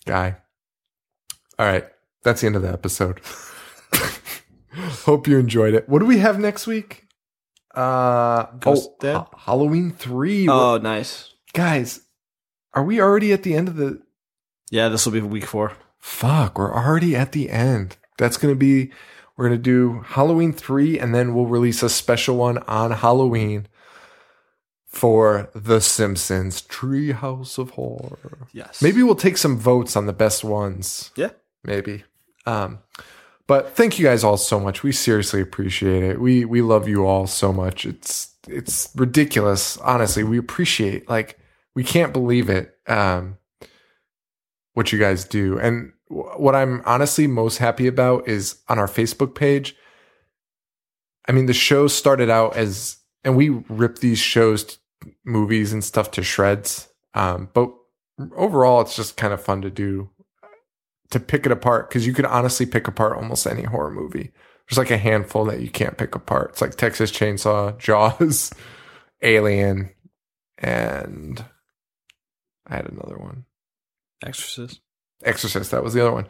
guy. All right. That's the end of the episode. Hope you enjoyed it. What do we have next week? Uh Ghost oh, Dad? Ha- Halloween 3. Oh, nice. Guys, are we already at the end of the Yeah, this will be week four. Fuck, we're already at the end. That's going to be, we're going to do Halloween 3, and then we'll release a special one on Halloween for The Simpsons Treehouse of Horror. Yes. Maybe we'll take some votes on the best ones. Yeah. Maybe. Um, but thank you guys all so much. We seriously appreciate it. We we love you all so much. It's it's ridiculous. Honestly, we appreciate like we can't believe it. Um, what you guys do, and wh- what I'm honestly most happy about is on our Facebook page. I mean, the show started out as, and we rip these shows, t- movies and stuff to shreds. Um, but overall, it's just kind of fun to do to pick it apart because you could honestly pick apart almost any horror movie. There's like a handful that you can't pick apart. It's like Texas Chainsaw, Jaws, Alien, and I had another one. Exorcist. Exorcist, that was the other one.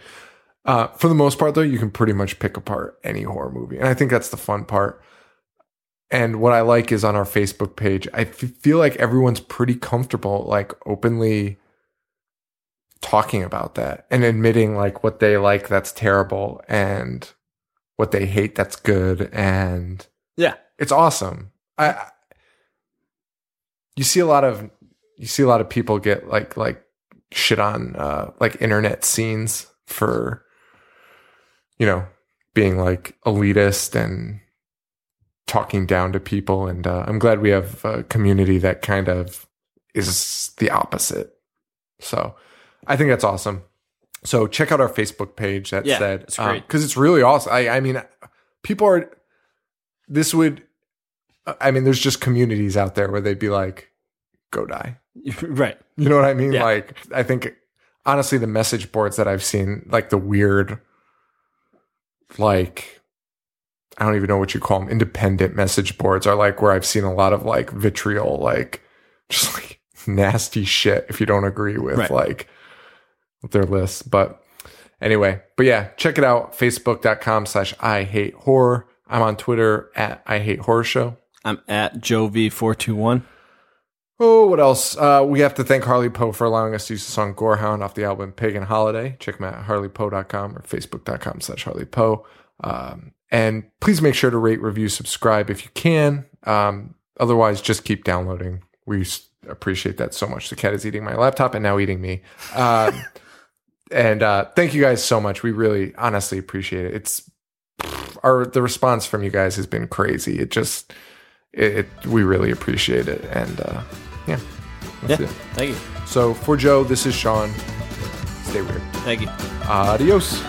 Uh, for the most part, though, you can pretty much pick apart any horror movie. And I think that's the fun part. And what I like is on our Facebook page, I f- feel like everyone's pretty comfortable, like openly talking about that and admitting like what they like that's terrible and what they hate that's good. And Yeah. it's awesome. I, I you see a lot of you see a lot of people get like like shit on uh like internet scenes for you know being like elitist and talking down to people and uh, I'm glad we have a community that kind of is the opposite. So I think that's awesome. So check out our Facebook page. That Yeah, said, it's great. because it's really awesome. I, I mean, people are. This would, I mean, there's just communities out there where they'd be like, "Go die." right. You know what I mean? Yeah. Like, I think honestly, the message boards that I've seen, like the weird, like, I don't even know what you call them, independent message boards are like where I've seen a lot of like vitriol, like just like nasty shit if you don't agree with Right. like their lists. But anyway, but yeah, check it out. Facebook.com slash I hate horror. I'm on Twitter at I hate horror show. I'm at Joe V four two one. Oh, what else? Uh, we have to thank Harley Poe for allowing us to use the song Gorehound off the album Pagan Holiday. Check them out at harleypoe.com or facebook.com slash Harley Poe. Um, and please make sure to rate, review, subscribe if you can. Um, otherwise, just keep downloading. We s- appreciate that so much. The cat is eating my laptop and now eating me. Um, and uh, thank you guys so much. We really honestly appreciate it. It's our the response from you guys has been crazy. It just it, it we really appreciate it. And uh, yeah, that's Yeah. it. Thank you. So for Joe, this is Sean. Stay weird. Thank you. Adios.